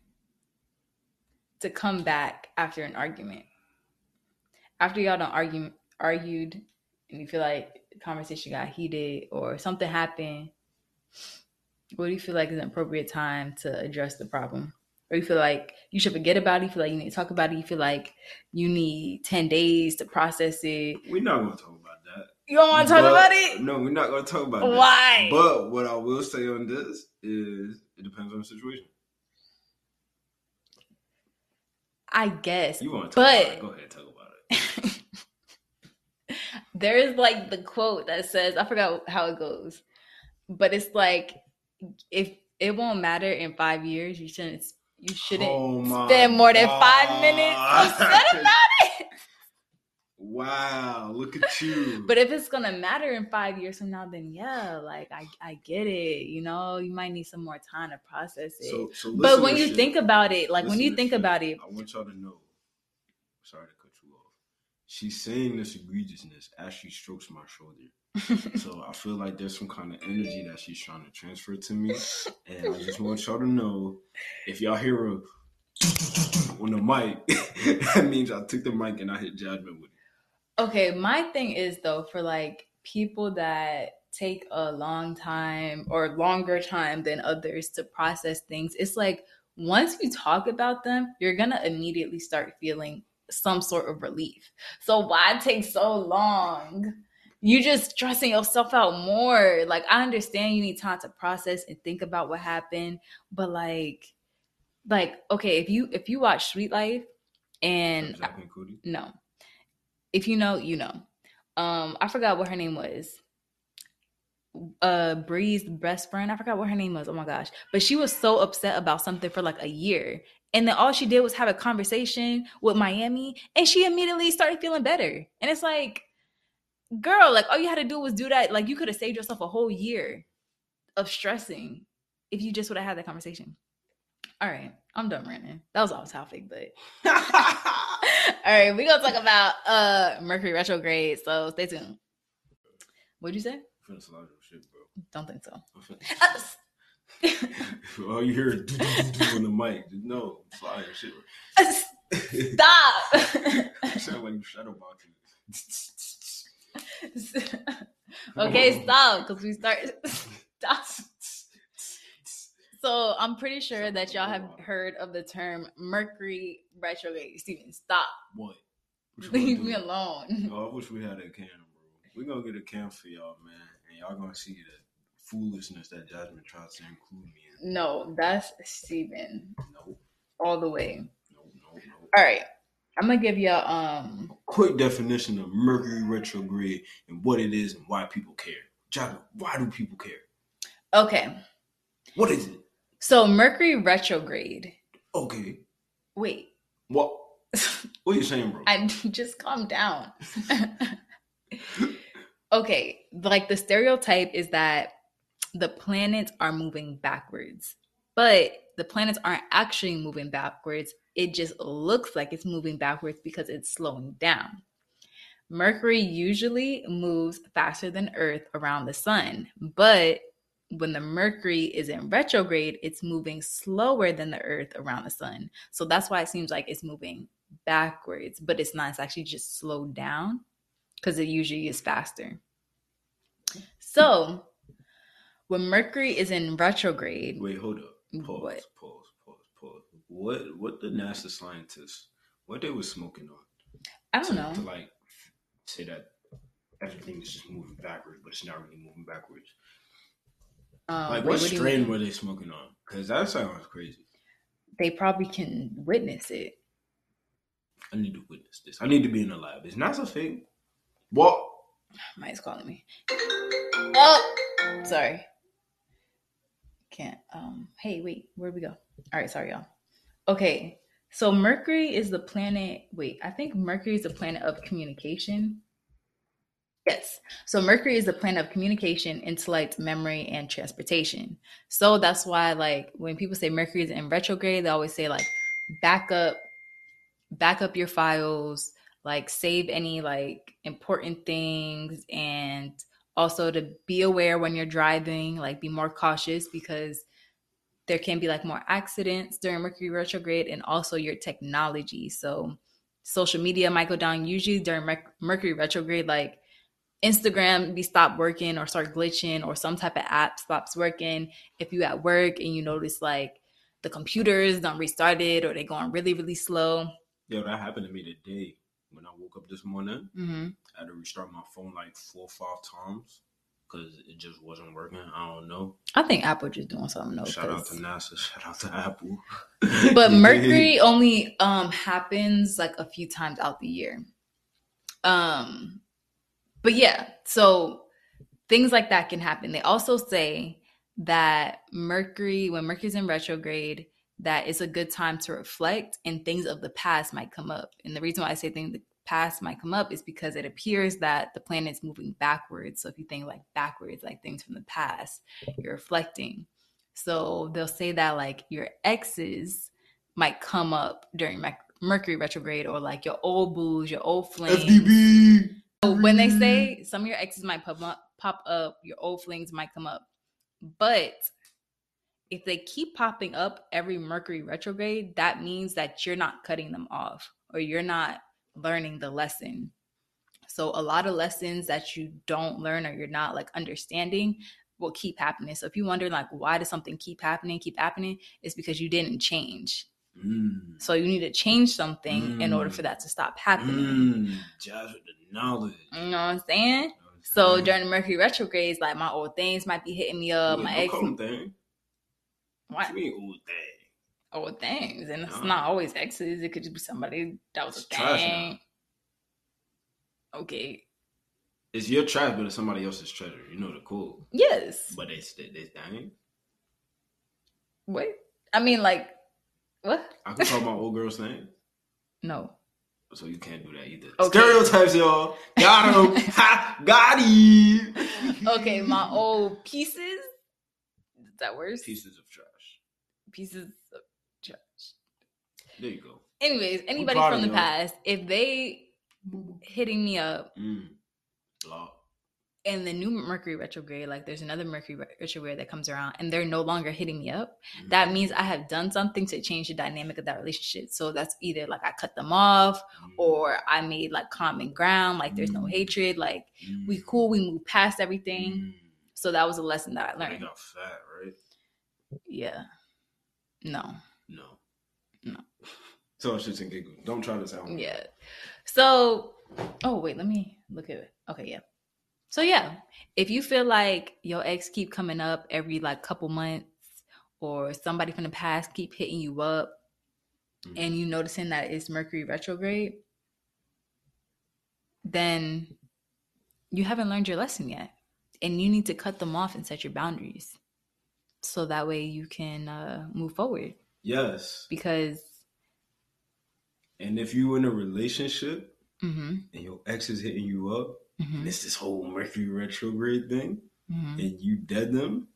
[SPEAKER 1] to come back after an argument? After y'all done argue, argued and you feel like the conversation got heated or something happened, what do you feel like is an appropriate time to address the problem? Or you feel like you should forget about it, you feel like you need to talk about it, you feel like you need 10 days to process it.
[SPEAKER 4] we're not gonna talk about that.
[SPEAKER 1] You don't want to talk
[SPEAKER 4] But-
[SPEAKER 1] about it?
[SPEAKER 4] No, we're not gonna talk about that.
[SPEAKER 1] Why?
[SPEAKER 4] But what I will say on this is, it depends on the situation.
[SPEAKER 1] I guess.
[SPEAKER 4] You want to talk
[SPEAKER 1] But-
[SPEAKER 4] about it? Go ahead, talk about it.
[SPEAKER 1] there is like the quote that says I forgot how it goes, but it's like if it won't matter in five years, you shouldn't you shouldn't
[SPEAKER 4] Oh my
[SPEAKER 1] spend more than
[SPEAKER 4] God.
[SPEAKER 1] five minutes upset about it.
[SPEAKER 4] Wow, look at you.
[SPEAKER 1] But if it's gonna matter in five years from now, then yeah, like I I get it. You know, you might need some more time to process it.
[SPEAKER 4] so, so
[SPEAKER 1] but when you
[SPEAKER 4] listenership-
[SPEAKER 1] think about it, like when you
[SPEAKER 4] listenership,
[SPEAKER 1] think about it,
[SPEAKER 4] I want y'all to know. Sorry to cut you off. She's saying this egregiousness as she strokes my shoulder. so I feel like there's some kind of energy that she's trying to transfer to me. And I just want y'all to know if y'all hear a on the mic, that means I took the mic and I hit judgment with it.
[SPEAKER 1] Okay, my thing is though for like people that take a long time or longer time than others to process things, it's like once you talk about them, you're gonna immediately start feeling some sort of relief. So why take so long? You just stressing yourself out more. Like I understand you need time to process and think about what happened, but like like okay, if you if you watch Sweet Life and
[SPEAKER 4] Jack and Cootie.
[SPEAKER 1] no. If you know, you know. Um, I forgot what her name was. Uh Bree's best friend. I forgot what her name was. Oh my gosh. But she was so upset about something for like a year. And then all she did was have a conversation with Miami and she immediately started feeling better. And it's like, girl, like all you had to do was do that. Like you could have saved yourself a whole year of stressing if you just would have had that conversation. All right. I'm done ranting. That was off topic, but all right, we're gonna talk about uh Mercury retrograde, so stay tuned. What'd you say?
[SPEAKER 4] I'm finna slide your shit, bro.
[SPEAKER 1] Don't think so. Uh,
[SPEAKER 4] I'm finna- All you hear is do, do, do, do on the mic. No, I'm sliding your shit.
[SPEAKER 1] Stop.
[SPEAKER 4] You sound like you shadow boxing.
[SPEAKER 1] okay, stop, because we start stop. So I'm pretty sure that y'all have heard of the term Mercury retrograde. Steven, stop.
[SPEAKER 4] What? What you wanna
[SPEAKER 1] Leave
[SPEAKER 4] do?
[SPEAKER 1] me alone.
[SPEAKER 4] Oh, I wish we had a cam, bro. We're gonna get a cam for y'all, man. And y'all gonna see the foolishness that Jasmine tries to include me in.
[SPEAKER 1] No, that's Steven
[SPEAKER 4] No,
[SPEAKER 1] all the way.
[SPEAKER 4] no, no, no.
[SPEAKER 1] All right. I'm gonna give y'all um
[SPEAKER 4] Quick definition of Mercury retrograde and what it is and why people care. Jasmine, why do people care?
[SPEAKER 1] okay.
[SPEAKER 4] What is it?
[SPEAKER 1] So Mercury retrograde.
[SPEAKER 4] Okay.
[SPEAKER 1] Wait,
[SPEAKER 4] What what are you saying, bro?
[SPEAKER 1] I just calm down. okay, like the stereotype is that the planets are moving backwards, but the planets aren't actually moving backwards. It just looks like it's moving backwards because it's slowing down. Mercury usually moves faster than Earth around the sun, but when the Mercury is in retrograde, it's moving slower than the Earth around the sun. So that's why it seems like it's moving backwards, but it's not. It's actually just slowed down because it usually is faster. So when Mercury is in retrograde,
[SPEAKER 4] Wait, hold up. Pause,
[SPEAKER 1] What?
[SPEAKER 4] pause, pause, pause. What what the NASA scientists what they was smoking on?
[SPEAKER 1] I don't
[SPEAKER 4] to, to,
[SPEAKER 1] know.
[SPEAKER 4] like say that everything is just moving backwards, but it's not really moving backwards.
[SPEAKER 1] Um,
[SPEAKER 4] like,
[SPEAKER 1] wait,
[SPEAKER 4] what
[SPEAKER 1] what do you
[SPEAKER 4] strain
[SPEAKER 1] mean?
[SPEAKER 4] were they smoking on? Because that sounds crazy.
[SPEAKER 1] They probably can witness it.
[SPEAKER 4] I need to witness this. I need to be in the lab. It's not a thing. What?
[SPEAKER 1] Mike's calling me. Oh, sorry. Can't. Um. Hey, wait. Where'd we go? All right. Sorry, y'all. Okay. So Mercury is the planet. Wait, I think Mercury is the planet of communication. Yes. So Mercury is the planet of communication, intellect, memory, and transportation. So that's why, like, when people say Mercury is in retrograde, they always say like, back up, back up your files, like save any like important things and also to be aware when you're driving like be more cautious because there can be like more accidents during mercury retrograde and also your technology so social media might go down usually during Merc- mercury retrograde like instagram be stopped working or start glitching or some type of app stops working if you at work and you notice like the computers don't restarted or they're going really really slow
[SPEAKER 4] Yo, that happened to me today when I woke up this morning.
[SPEAKER 1] mm-hmm.
[SPEAKER 4] I had to restart my phone like four or five times because it just wasn't working. I don't know.
[SPEAKER 1] I think Apple just doing something though.
[SPEAKER 4] shout out to
[SPEAKER 1] 'cause-
[SPEAKER 4] NASA. Shout out to Apple.
[SPEAKER 1] Oh, but Mercury only um happens like a few times out the year. Um But yeah, so things like that can happen. They also say that Mercury, when Mercury's in retrograde, that it's a good time to reflect and things of the past might come up. And the reason why I say things of the past might come up is because it appears that the planet's moving backwards. So if you think like backwards, like things from the past, you're reflecting. So they'll say that like your exes might come up during Merc- Mercury retrograde or like your old booze, your old flings.
[SPEAKER 4] FDB.
[SPEAKER 1] So when they say some of your exes might pop up, pop up, your old flings might come up, but if they keep popping up every Mercury retrograde, that means that you're not cutting them off or you're not learning the lesson. So a lot of lessons that you don't learn or you're not like understanding will keep happening. So if you wonder like why does something keep happening, keep happening, it's because you didn't change.
[SPEAKER 4] Mm.
[SPEAKER 1] So you need to change something in order for that to stop happening.
[SPEAKER 4] Mm. Jobs with the knowledge.
[SPEAKER 1] You know what I'm saying? So
[SPEAKER 4] Mm-hmm.
[SPEAKER 1] during the Mercury retrogrades, like my old things might be hitting me up, my ex,
[SPEAKER 4] Come thing.
[SPEAKER 1] my
[SPEAKER 4] We ain't old thing.
[SPEAKER 1] old things, and it's
[SPEAKER 4] Uh-huh.
[SPEAKER 1] not always exes. It could just be somebody that was
[SPEAKER 4] It's
[SPEAKER 1] a
[SPEAKER 4] trash
[SPEAKER 1] thing. Okay.
[SPEAKER 4] It's your trash, but it's somebody else's treasure. You know the code.
[SPEAKER 1] Yes.
[SPEAKER 4] But it's they they thing.
[SPEAKER 1] What? I mean, like, what?
[SPEAKER 4] I can call my old girl's name.
[SPEAKER 1] No.
[SPEAKER 4] So you can't do that either.
[SPEAKER 1] Okay.
[SPEAKER 4] Stereotypes, y'all. Got him. ha, got him.
[SPEAKER 1] Okay, my old pieces. Is that worse?
[SPEAKER 4] pieces of trash.
[SPEAKER 1] Pieces of trash.
[SPEAKER 4] There you go.
[SPEAKER 1] Anyways, anybody
[SPEAKER 4] proud
[SPEAKER 1] from
[SPEAKER 4] of
[SPEAKER 1] the
[SPEAKER 4] you.
[SPEAKER 1] past, if they hitting me up
[SPEAKER 4] Mm. Law.
[SPEAKER 1] and the new Mercury retrograde, like there's another Mercury re- retrograde that comes around and they're no longer hitting me up,
[SPEAKER 4] Mm.
[SPEAKER 1] that means I have done something to change the dynamic of that relationship. So that's either like I cut them off
[SPEAKER 4] Mm.
[SPEAKER 1] or I made like common ground, like there's no
[SPEAKER 4] Mm.
[SPEAKER 1] hatred, like
[SPEAKER 4] Mm.
[SPEAKER 1] we cool, we move past everything.
[SPEAKER 4] Mm.
[SPEAKER 1] So that was a lesson that I
[SPEAKER 4] They
[SPEAKER 1] learned.
[SPEAKER 4] got fat, right?
[SPEAKER 1] Yeah. No.
[SPEAKER 4] No.
[SPEAKER 1] No.
[SPEAKER 4] So shits and giggles. Don't try this out.
[SPEAKER 1] Um, Yeah. So, oh wait, let me look at it. Okay, yeah. So yeah, if you feel like your ex keep coming up every like couple months, or somebody from the past keep hitting you up,
[SPEAKER 4] Mhm.
[SPEAKER 1] and you noticing that it's Mercury retrograde, then you haven't learned your lesson yet, and you need to cut them off and set your boundaries, so that way you can uh, move forward.
[SPEAKER 4] Yes.
[SPEAKER 1] Because,
[SPEAKER 4] And if you in a relationship
[SPEAKER 1] hmm
[SPEAKER 4] and your ex is hitting you up, and
[SPEAKER 1] hmm
[SPEAKER 4] it's this whole Mercury retrograde thing,
[SPEAKER 1] hmm
[SPEAKER 4] and you dead them,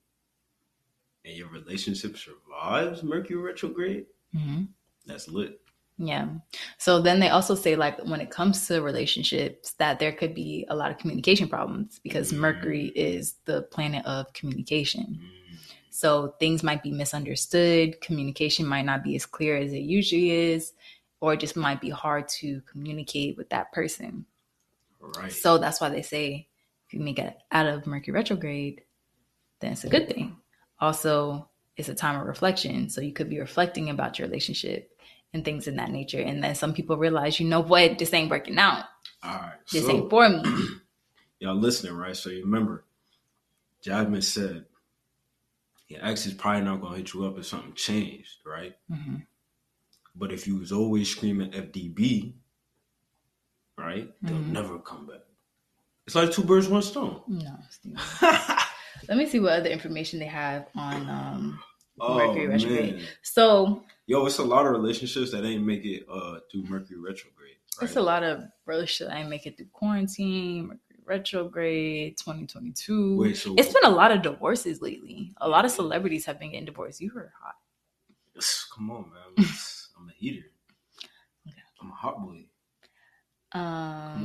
[SPEAKER 4] and your relationship survives Mercury retrograde,
[SPEAKER 1] hmm
[SPEAKER 4] that's lit.
[SPEAKER 1] Yeah. So then they also say like when it comes to relationships that there could be a lot of communication problems because
[SPEAKER 4] Mm.
[SPEAKER 1] Mercury is the planet of communication.
[SPEAKER 4] Mm.
[SPEAKER 1] So things might be misunderstood, communication might not be as clear as it usually is, or it just might be hard to communicate with that person.
[SPEAKER 4] Right.
[SPEAKER 1] So that's why they say if you make it out of Mercury retrograde, then it's a good thing. Also, it's a time of reflection. So you could be reflecting about your relationship and things in that nature. And then some people realize, you know what, this ain't working out.
[SPEAKER 4] All right.
[SPEAKER 1] This
[SPEAKER 4] so-
[SPEAKER 1] ain't for me.
[SPEAKER 4] y'all listening, right? So you remember, Jasmine said, your ex is probably not gonna hit you up if something changed, right?
[SPEAKER 1] hmm
[SPEAKER 4] But if you was always screaming FDB, right, they'll
[SPEAKER 1] Mhm.
[SPEAKER 4] never come back. It's like two birds, one stone.
[SPEAKER 1] No. it's not. Let me see what other information they have on. Um,
[SPEAKER 4] oh
[SPEAKER 1] Mercury retrograde.
[SPEAKER 4] man,
[SPEAKER 1] so
[SPEAKER 4] yo, it's a lot of relationships that ain't make it uh through Mercury retrograde. Right?
[SPEAKER 1] it's a lot of really shit. I ain't make it through quarantine, Mercury retrograde, 2022.
[SPEAKER 4] Wait, so
[SPEAKER 1] It's been a lot of divorces lately. A lot of celebrities have been getting divorced. You were hot.
[SPEAKER 4] come on, man. I'm a heater.
[SPEAKER 1] Okay.
[SPEAKER 4] I'm a hot boy.
[SPEAKER 1] Um,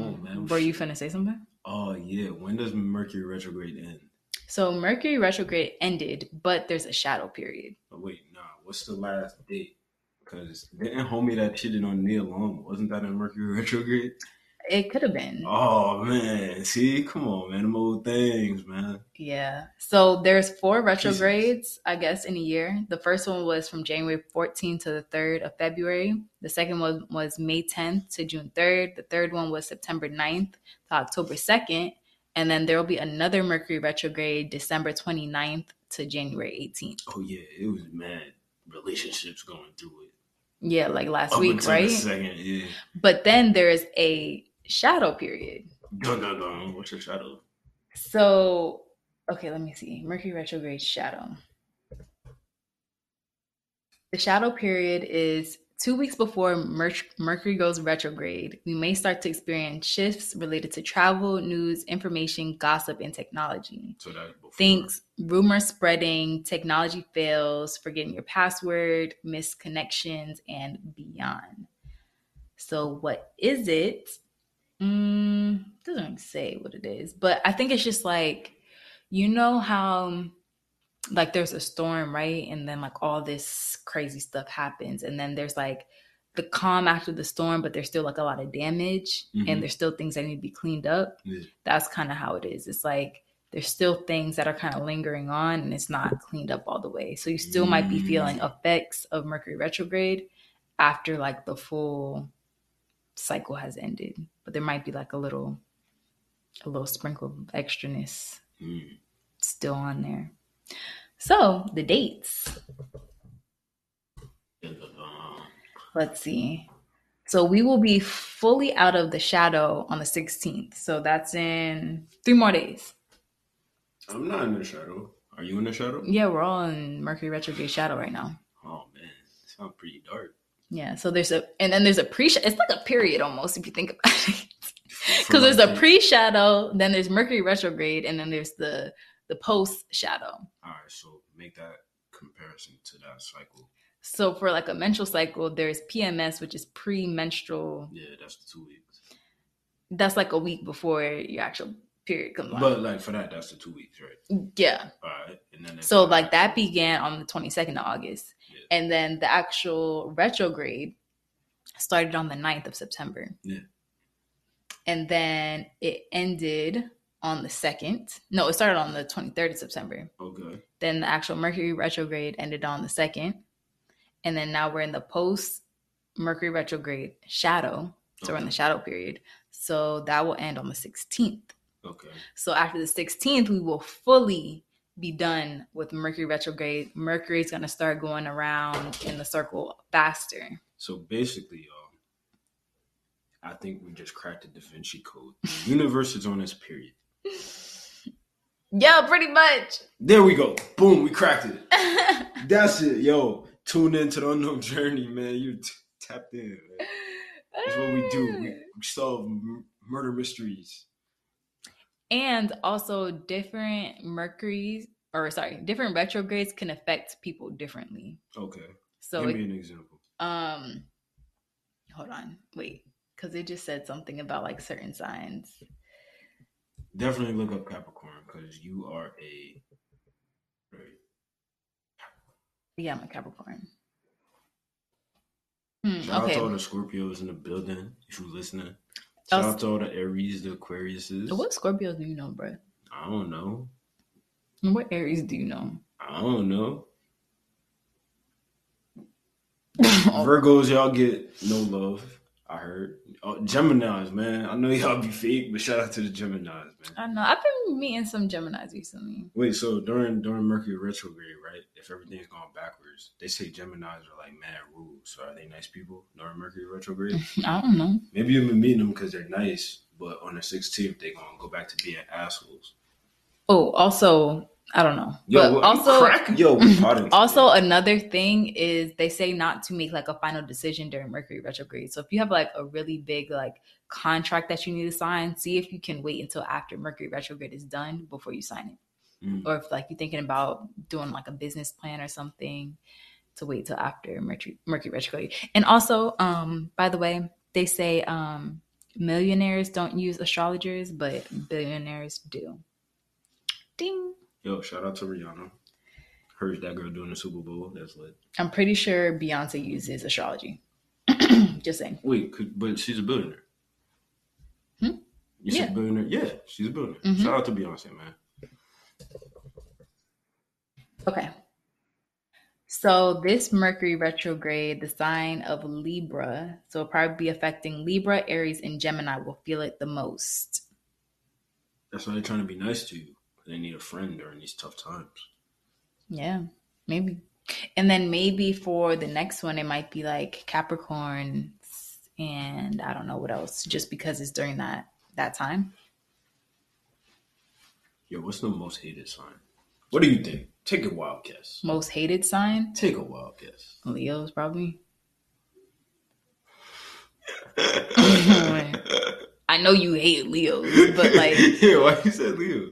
[SPEAKER 4] on, man.
[SPEAKER 1] Were you finna say something?
[SPEAKER 4] Oh yeah, when does Mercury retrograde end?
[SPEAKER 1] So Mercury retrograde ended, but there's a shadow period.
[SPEAKER 4] Oh, wait, nah. What's the last date? Because didn't homie that cheated on Neil Long wasn't that in Mercury retrograde?
[SPEAKER 1] It could have been.
[SPEAKER 4] Oh man, see, come on, man, them old things, man.
[SPEAKER 1] Yeah. So there's four retrogrades, I guess, in a year. The first one was from January 14th to the 3rd of February. The second one was May 10th to June 3rd. The third one was September 9th to October 2nd. And then there will be another Mercury retrograde December 29th to January 18th.
[SPEAKER 4] Oh yeah, it was mad relationships going through it.
[SPEAKER 1] Yeah, like last
[SPEAKER 4] Up
[SPEAKER 1] week,
[SPEAKER 4] until the
[SPEAKER 1] right?
[SPEAKER 4] second, yeah.
[SPEAKER 1] But then there is a shadow period.
[SPEAKER 4] Dun dun dun. What's your shadow?
[SPEAKER 1] So, okay, let me see. Mercury retrograde shadow. The shadow period is two weeks before Mer- Mercury goes retrograde. We may start to experience shifts related to travel, news, information, gossip, and technology.
[SPEAKER 4] So that's before.
[SPEAKER 1] Things, rumor spreading, technology fails, forgetting your password, missed connections, and beyond. So, what is it? Mm, doesn't really say what it is, but I think it's just like, you know how, like, there's a storm, right? And then, like, all this crazy stuff happens. And then there's like the calm after the storm, but there's still like a lot of damage
[SPEAKER 4] Mhm.
[SPEAKER 1] and there's still things that need to be cleaned up.
[SPEAKER 4] Yeah.
[SPEAKER 1] That's kind of how it is. It's like, there's still things that are kind of lingering on and it's not cleaned up all the way. So you still might be
[SPEAKER 4] Mm.
[SPEAKER 1] feeling effects of Mercury retrograde after like the full cycle has ended. But there might be like a little a little sprinkle of extraness
[SPEAKER 4] Mm.
[SPEAKER 1] still on there. So the dates.
[SPEAKER 4] Dun, dun, dun.
[SPEAKER 1] Let's see. So we will be fully out of the shadow on the 16th. So that's in three more days.
[SPEAKER 4] I'm not in the shadow. Are you in the shadow?
[SPEAKER 1] Yeah, we're all in Mercury retrograde shadow right now.
[SPEAKER 4] Oh man, it sounds pretty dark.
[SPEAKER 1] Yeah, so there's a and then there's a pre it's like a period almost if you think about it.
[SPEAKER 4] From
[SPEAKER 1] Cuz there's a
[SPEAKER 4] like-
[SPEAKER 1] pre shadow, then there's Mercury retrograde and then there's the the post shadow.
[SPEAKER 4] All right, so make that comparison to that cycle.
[SPEAKER 1] So for like a menstrual cycle, there's PMS which is pre-menstrual.
[SPEAKER 4] Yeah, that's the two weeks.
[SPEAKER 1] That's like a week before your actual period comes
[SPEAKER 4] But like for that, that's the two weeks, right?
[SPEAKER 1] on. Yeah.
[SPEAKER 4] All right, and then
[SPEAKER 1] Mm. So like that began on the 22nd of August
[SPEAKER 4] Yeah.
[SPEAKER 1] and then the actual retrograde started on the 9th of September.
[SPEAKER 4] Yeah.
[SPEAKER 1] And then it ended on the 2nd. No, it started on the 23rd of September.
[SPEAKER 4] okay.
[SPEAKER 1] Then the actual Mercury retrograde ended on the 2nd. And then now we're in the post Mercury retrograde shadow. So we're in the shadow period. So that will end on the 16th.
[SPEAKER 4] Okay.
[SPEAKER 1] So after the 16th, we will fully be done with Mercury retrograde. Mercury's going to start going around in the circle faster.
[SPEAKER 4] So basically, um, I think we just cracked the Da Vinci Code. The universe is on its period.
[SPEAKER 1] Yeah, pretty much.
[SPEAKER 4] There we go. Boom, we cracked it. That's it, yo. Tune in to the unknown journey, man. You t- tapped in. Man. That's what we do. We, we solve m- murder mysteries.
[SPEAKER 1] And also, different Mercury's, or sorry, different retrogrades can affect people differently.
[SPEAKER 4] Okay,
[SPEAKER 1] So,
[SPEAKER 4] give
[SPEAKER 1] it,
[SPEAKER 4] me an example.
[SPEAKER 1] um, hold on, wait, because it just said something about like certain signs.
[SPEAKER 4] Definitely look up Capricorn because you are a.
[SPEAKER 1] Yeah, I'm a Capricorn. Hmm,
[SPEAKER 4] Shout out
[SPEAKER 1] okay.
[SPEAKER 4] to all the Scorpios in the building if you listening. Shout
[SPEAKER 1] Else-
[SPEAKER 4] out to all the Aries, the Aquariuses.
[SPEAKER 1] What Scorpios do you know, bro?
[SPEAKER 4] I don't know.
[SPEAKER 1] And What Aries do you know?
[SPEAKER 4] I don't know. Virgos, y'all get no love. I heard. Oh, Gemini's, man. I know y'all be fake, but shout out to the Gemini's, man.
[SPEAKER 1] I know. I've been meeting some Geminis recently.
[SPEAKER 4] Wait, so during during Mercury retrograde, right? If everything's going backwards, they say Gemini's are like mad rude. So are they nice people during Mercury retrograde?
[SPEAKER 1] I don't know.
[SPEAKER 4] Maybe you've been meeting them because they're nice, but on the 16th, they're gonna go back to being assholes.
[SPEAKER 1] Oh, also, I don't know.
[SPEAKER 4] Yo,
[SPEAKER 1] but
[SPEAKER 4] what-
[SPEAKER 1] also,
[SPEAKER 4] crack, yo, we hot in-
[SPEAKER 1] also another thing is they say not to make like a final decision during Mercury retrograde. So if you have like a really big like contract that you need to sign, see if you can wait until after Mercury retrograde is done before you sign it.
[SPEAKER 4] Mm.
[SPEAKER 1] Or if like you're thinking about doing like a business plan or something, to wait till after Mercury, Mercury retrograde. And also, um, by the way, they say um millionaires don't use astrologers, but billionaires do. Ding.
[SPEAKER 4] yo, shout out to Rihanna. Heard that girl doing the Super Bowl. That's lit.
[SPEAKER 1] I'm pretty sure Beyonce uses astrology. Just saying.
[SPEAKER 4] Wait, could, but she's a billionaire.
[SPEAKER 1] Hmm?
[SPEAKER 4] You
[SPEAKER 1] Yeah.
[SPEAKER 4] said billionaire? Yeah, she's a billionaire.
[SPEAKER 1] Mhm.
[SPEAKER 4] Shout out to Beyonce, man.
[SPEAKER 1] Okay. So this Mercury retrograde, the sign of Libra, so it'll probably be affecting Libra, Aries, and Gemini will feel it the most.
[SPEAKER 4] That's why they're trying to be nice to you. They need a friend during these tough times.
[SPEAKER 1] Yeah, maybe. And then maybe for the next one, it might be like Capricorn and I don't know what else, just because it's during that that time.
[SPEAKER 4] Yo, what's the most hated sign? What do you think? Take a wild guess.
[SPEAKER 1] Most hated sign?
[SPEAKER 4] Take a wild guess.
[SPEAKER 1] Leo's probably. I know you hate Leos, but like
[SPEAKER 4] yeah, why you said Leo?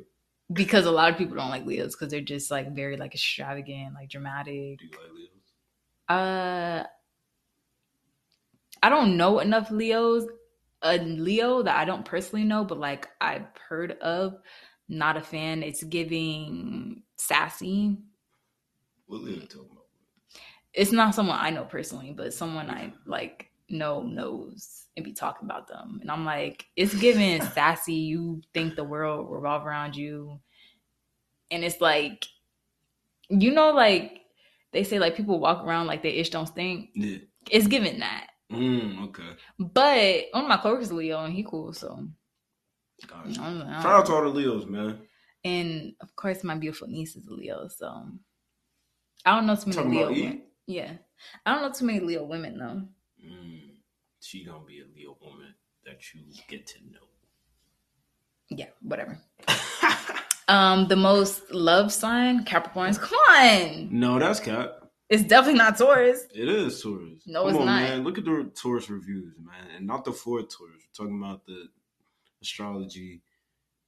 [SPEAKER 1] because a lot of people don't like Leos because they're just like very like extravagant, like dramatic.
[SPEAKER 4] Do you like Leos?
[SPEAKER 1] Uh, I don't know enough Leos. A Leo that I don't personally know, but like I've heard of. Not a fan. It's giving sassy.
[SPEAKER 4] What Leo you talking about?
[SPEAKER 1] It's not someone I know personally, but someone I like know knows and be talking about them. And I'm like, it's giving sassy. You think the world revolve around you, and it's like, you know, like they say, like people walk around like they ish don't stink.
[SPEAKER 4] Yeah.
[SPEAKER 1] It's giving that.
[SPEAKER 4] Mm, okay.
[SPEAKER 1] But one of my coworkers is Leo and he cool, so
[SPEAKER 4] All
[SPEAKER 1] I
[SPEAKER 4] right.
[SPEAKER 1] don't know.
[SPEAKER 4] Shout out to all the Leos, man.
[SPEAKER 1] And of course, my beautiful niece is a Leo, so I don't know too many
[SPEAKER 4] Talking
[SPEAKER 1] Leo.
[SPEAKER 4] about E?
[SPEAKER 1] women. Yeah, I don't know too many Leo women though.
[SPEAKER 4] Mm, she gonna be a Leo woman that you get to know.
[SPEAKER 1] Yeah, whatever. Um, the most love sign, Capricorns. Come on,
[SPEAKER 4] no, that's cat.
[SPEAKER 1] it's definitely not Taurus.
[SPEAKER 4] It is Taurus.
[SPEAKER 1] No, it's not.
[SPEAKER 4] man. Look at the Taurus reviews, man, and not the four Taurus. We're talking about the astrology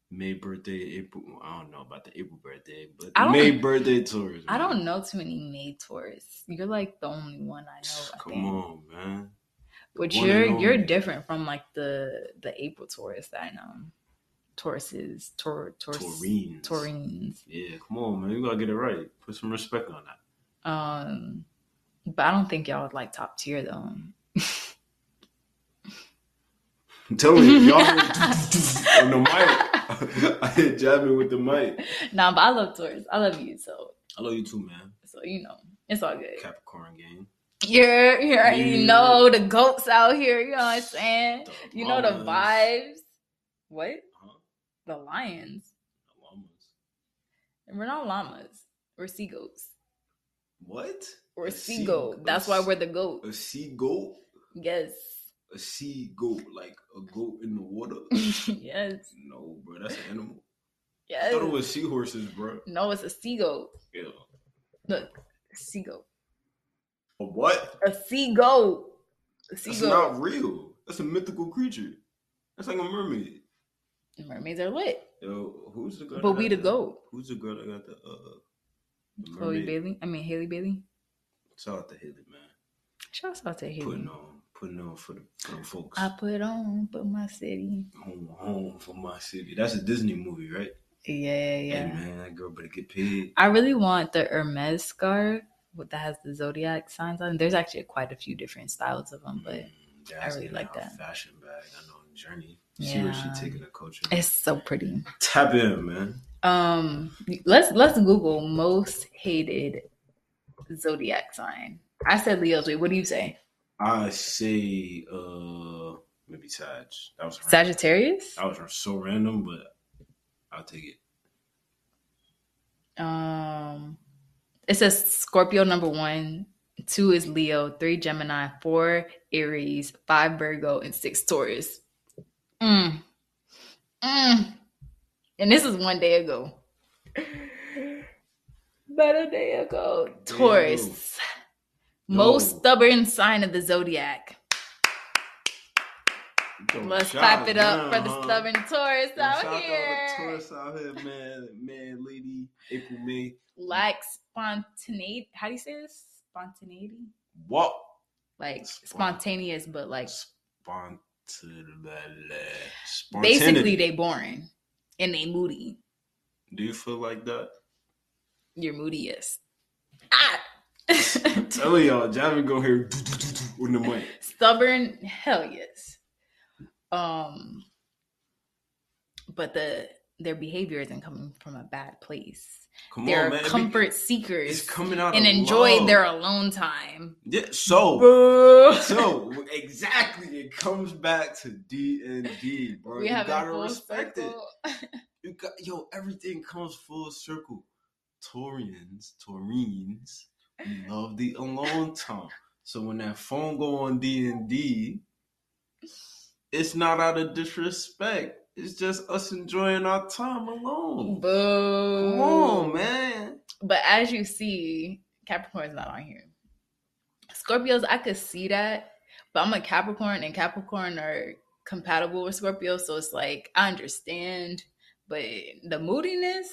[SPEAKER 4] May birthday, April. I don't know about the April birthday, but
[SPEAKER 1] I don't-
[SPEAKER 4] May birthday Taurus.
[SPEAKER 1] I
[SPEAKER 4] man.
[SPEAKER 1] don't know too many May Taurus. You're like the only one I know. I
[SPEAKER 4] Come
[SPEAKER 1] think.
[SPEAKER 4] on, man.
[SPEAKER 1] But
[SPEAKER 4] One
[SPEAKER 1] you're
[SPEAKER 4] and
[SPEAKER 1] you're
[SPEAKER 4] only.
[SPEAKER 1] different from like the the April Taurus that I know. Tauruses, Taur, Taurus,
[SPEAKER 4] Taurines.
[SPEAKER 1] Taurines.
[SPEAKER 4] Yeah, come on, man. You gotta get it right. Put some respect on that.
[SPEAKER 1] Um, but I don't think y'all would like top tier though.
[SPEAKER 4] I'm telling you, y'all on the mic. I hit jabbing with the mic.
[SPEAKER 1] Nah, but I love Taurus. I love you so
[SPEAKER 4] I love you too, man.
[SPEAKER 1] so you know it's all good.
[SPEAKER 4] Capricorn gang.
[SPEAKER 1] You're you already
[SPEAKER 4] Yeah.
[SPEAKER 1] know the goats out here. You know what I'm saying?
[SPEAKER 4] The
[SPEAKER 1] You know the
[SPEAKER 4] llamas.
[SPEAKER 1] vibes. What
[SPEAKER 4] Huh?
[SPEAKER 1] the lions?
[SPEAKER 4] The llamas.
[SPEAKER 1] We're not llamas. We're seagulls.
[SPEAKER 4] What?
[SPEAKER 1] We're
[SPEAKER 4] A
[SPEAKER 1] seagull.
[SPEAKER 4] seagull.
[SPEAKER 1] That's why we're the goat.
[SPEAKER 4] A sea goat?
[SPEAKER 1] Yes.
[SPEAKER 4] A sea goat, like a goat in the water?
[SPEAKER 1] yes,
[SPEAKER 4] no, bro, that's an animal. I
[SPEAKER 1] yes.
[SPEAKER 4] thought it was seahorses, bro.
[SPEAKER 1] no, it's a seagull.
[SPEAKER 4] Yeah.
[SPEAKER 1] A seagull.
[SPEAKER 4] A what?
[SPEAKER 1] A seagull. A
[SPEAKER 4] That's
[SPEAKER 1] seagull.
[SPEAKER 4] not real. That's a mythical creature. That's like a mermaid.
[SPEAKER 1] Mermaids are lit.
[SPEAKER 4] Yo, who's the girl?
[SPEAKER 1] But
[SPEAKER 4] that
[SPEAKER 1] we
[SPEAKER 4] got
[SPEAKER 1] the goat. Oh,
[SPEAKER 4] Who's the girl that got the uh? the
[SPEAKER 1] Chloe
[SPEAKER 4] mermaid?
[SPEAKER 1] Bailey. I mean Haley Bailey.
[SPEAKER 4] Shout out to Haley, man.
[SPEAKER 1] Shouts out to Haley.
[SPEAKER 4] Putting on, putting on for the, for the folks.
[SPEAKER 1] I put on, but my city.
[SPEAKER 4] Home, home for my city. That's a Disney movie, right?
[SPEAKER 1] Yeah, yeah, yeah.
[SPEAKER 4] Hey, man, that girl better get paid.
[SPEAKER 1] I really want the Hermes scarf with- that has the zodiac signs on. it. There's actually quite a few different styles of them, but
[SPEAKER 4] Mm, Jazz
[SPEAKER 1] really
[SPEAKER 4] getting
[SPEAKER 1] like
[SPEAKER 4] her
[SPEAKER 1] that.
[SPEAKER 4] fashion bag. I know Journey. See where she
[SPEAKER 1] Yeah.
[SPEAKER 4] taking the culture.
[SPEAKER 1] it's so pretty.
[SPEAKER 4] Tap in, man.
[SPEAKER 1] Um, let's let's Google most hated zodiac sign. I said Leo's. Wait, what do you say?
[SPEAKER 4] I say, uh, maybe Sag. That was random.
[SPEAKER 1] Sagittarius.
[SPEAKER 4] That was so random, but I'll take it.
[SPEAKER 1] Um, it says Scorpio number one, two is Leo, three Gemini, four Aries, five Virgo, and six Taurus. Mm. Mm. And this is one day ago. But a day ago,
[SPEAKER 4] Day ago.
[SPEAKER 1] Taurus, most
[SPEAKER 4] Yo.
[SPEAKER 1] stubborn sign of the zodiac.
[SPEAKER 4] Yo,
[SPEAKER 1] Let's
[SPEAKER 4] shout
[SPEAKER 1] clap it up
[SPEAKER 4] down,
[SPEAKER 1] for the
[SPEAKER 4] huh?
[SPEAKER 1] stubborn Taurus
[SPEAKER 4] Yo, shout
[SPEAKER 1] out
[SPEAKER 4] out to all the
[SPEAKER 1] here.
[SPEAKER 4] tourists out here, man, man, lady, April, May,
[SPEAKER 1] Like spontaneity. How do you say this? Spontaneity.
[SPEAKER 4] what?
[SPEAKER 1] like
[SPEAKER 4] Spon-
[SPEAKER 1] spontaneous, but like
[SPEAKER 4] Spontaneity.
[SPEAKER 1] basically they boring and they moody.
[SPEAKER 4] Do you feel like that?
[SPEAKER 1] You're moodiest. Ah!
[SPEAKER 4] Tell y'all, Javin go here on the mic.
[SPEAKER 1] Stubborn, hell yes. Um, but the their behavior isn't coming from a bad place.
[SPEAKER 4] Come
[SPEAKER 1] They're
[SPEAKER 4] on, man. It be-
[SPEAKER 1] comfort
[SPEAKER 4] It's
[SPEAKER 1] seekers
[SPEAKER 4] coming out
[SPEAKER 1] and
[SPEAKER 4] of
[SPEAKER 1] enjoy
[SPEAKER 4] love.
[SPEAKER 1] their alone time.
[SPEAKER 4] yeah, so
[SPEAKER 1] Boo!
[SPEAKER 4] so exactly. It comes back to D and D, bro.
[SPEAKER 1] we
[SPEAKER 4] you
[SPEAKER 1] have
[SPEAKER 4] gotta
[SPEAKER 1] full
[SPEAKER 4] respect it.
[SPEAKER 1] circle.
[SPEAKER 4] You got yo, everything comes full circle. Taurians, Taurines, we love the alone time. So when that phone go on D and D, It's not out of disrespect. It's just us enjoying our time alone.
[SPEAKER 1] Boo.
[SPEAKER 4] Come on, man.
[SPEAKER 1] But as you see, Capricorn's not on here. Scorpios, I could see that, but I'm a Capricorn and Capricorn are compatible with Scorpio, so it's like I understand, but the moodiness,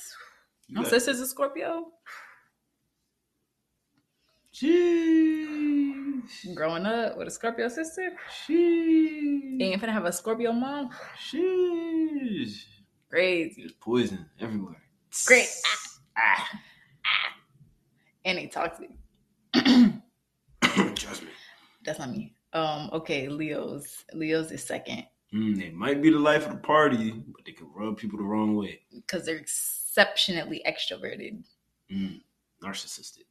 [SPEAKER 4] You
[SPEAKER 1] my
[SPEAKER 4] got-
[SPEAKER 1] sister's a Scorpio.
[SPEAKER 4] Jeez.
[SPEAKER 1] Growing up with a Scorpio sister,
[SPEAKER 4] Sheesh.
[SPEAKER 1] and if I have a Scorpio mom,
[SPEAKER 4] Sheesh.
[SPEAKER 1] crazy.
[SPEAKER 4] There's poison everywhere.
[SPEAKER 1] Great. Ah, ah. And they toxic. That's
[SPEAKER 4] Trust me.
[SPEAKER 1] not me. Um, okay, Leo's. Leo's is second.
[SPEAKER 4] Mm, they might be the life of the party, but they can rub people the wrong way.
[SPEAKER 1] because they're exceptionally extroverted.
[SPEAKER 4] Mm, narcissistic.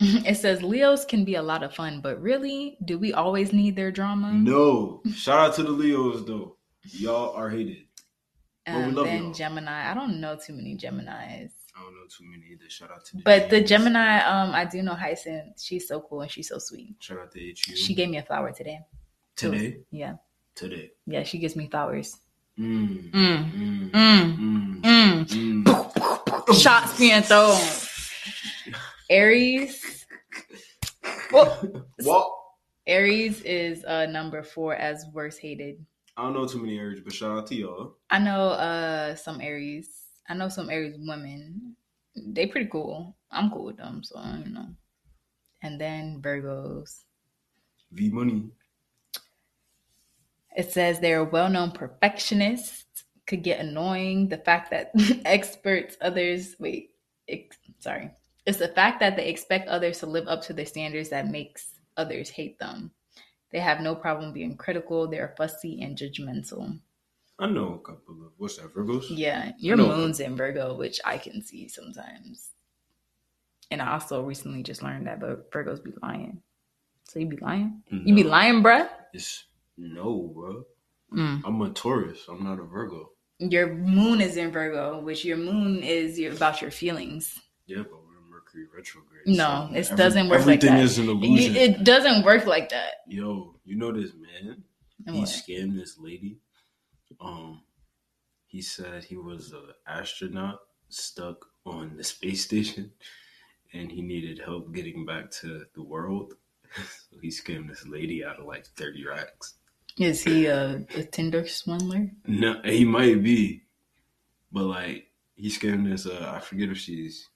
[SPEAKER 1] it says Leos can be a lot of fun, but really, do we always need their drama?
[SPEAKER 4] No. Shout out to the Leos though. Y'all are hated. but we
[SPEAKER 1] Um,
[SPEAKER 4] love
[SPEAKER 1] then
[SPEAKER 4] y'all.
[SPEAKER 1] Gemini. I don't know too many Geminis,
[SPEAKER 4] I don't know too many either. Shout out to the
[SPEAKER 1] but the
[SPEAKER 4] G's.
[SPEAKER 1] Gemini. Um, I do know Hyacinth. She's so cool and she's so sweet.
[SPEAKER 4] Shout out to HU.
[SPEAKER 1] She gave me a flower today. too.
[SPEAKER 4] today.
[SPEAKER 1] Yeah,
[SPEAKER 4] Today.
[SPEAKER 1] yeah. She gives me flowers.
[SPEAKER 4] Mm.
[SPEAKER 1] Mm,
[SPEAKER 4] Mm.
[SPEAKER 1] mm,
[SPEAKER 4] Mm.
[SPEAKER 1] mm.
[SPEAKER 4] Mm.
[SPEAKER 1] Shots being thrown. Aries. Whoa.
[SPEAKER 4] Well,
[SPEAKER 1] Aries is uh, number four as worst hated.
[SPEAKER 4] I don't know too many areas, but shout out to y'all.
[SPEAKER 1] I know uh some Aries. I know some Aries women. They pretty cool. I'm cool with them, so I don't know. And then Virgos.
[SPEAKER 4] V Money.
[SPEAKER 1] It says they're well-known perfectionists. Could get annoying. The fact that experts others wait, ex- sorry. It's the fact that they expect others to live up to their standards that makes others hate them. They have no problem being critical. They're fussy and judgmental.
[SPEAKER 4] I know a couple of what's that, Virgos?
[SPEAKER 1] Yeah, your
[SPEAKER 4] No.
[SPEAKER 1] moon's in Virgo, which I can see sometimes. And I also recently just learned that Vir- Virgos be lying. So you be lying? You be
[SPEAKER 4] No,
[SPEAKER 1] lying, bruh?
[SPEAKER 4] It's no, bro.
[SPEAKER 1] Mm.
[SPEAKER 4] I'm a Taurus. I'm not a Virgo.
[SPEAKER 1] Your moon is in Virgo, which your moon is your, about your feelings.
[SPEAKER 4] Yeah, but we're in Mercury retrograde.
[SPEAKER 1] No,
[SPEAKER 4] so
[SPEAKER 1] it doesn't work like
[SPEAKER 4] Everything
[SPEAKER 1] that.
[SPEAKER 4] is an illusion.
[SPEAKER 1] You, it doesn't work like that.
[SPEAKER 4] Yo, you know this man?
[SPEAKER 1] And
[SPEAKER 4] He
[SPEAKER 1] what?
[SPEAKER 4] scammed this lady. Um, he said he was an astronaut stuck on the space station, and he needed help getting back to the world. so he scammed this lady out of like thirty racks.
[SPEAKER 1] Is he a, a Tinder swindler?
[SPEAKER 4] No, he might be, but like he scammed this. Uh, I forget if she's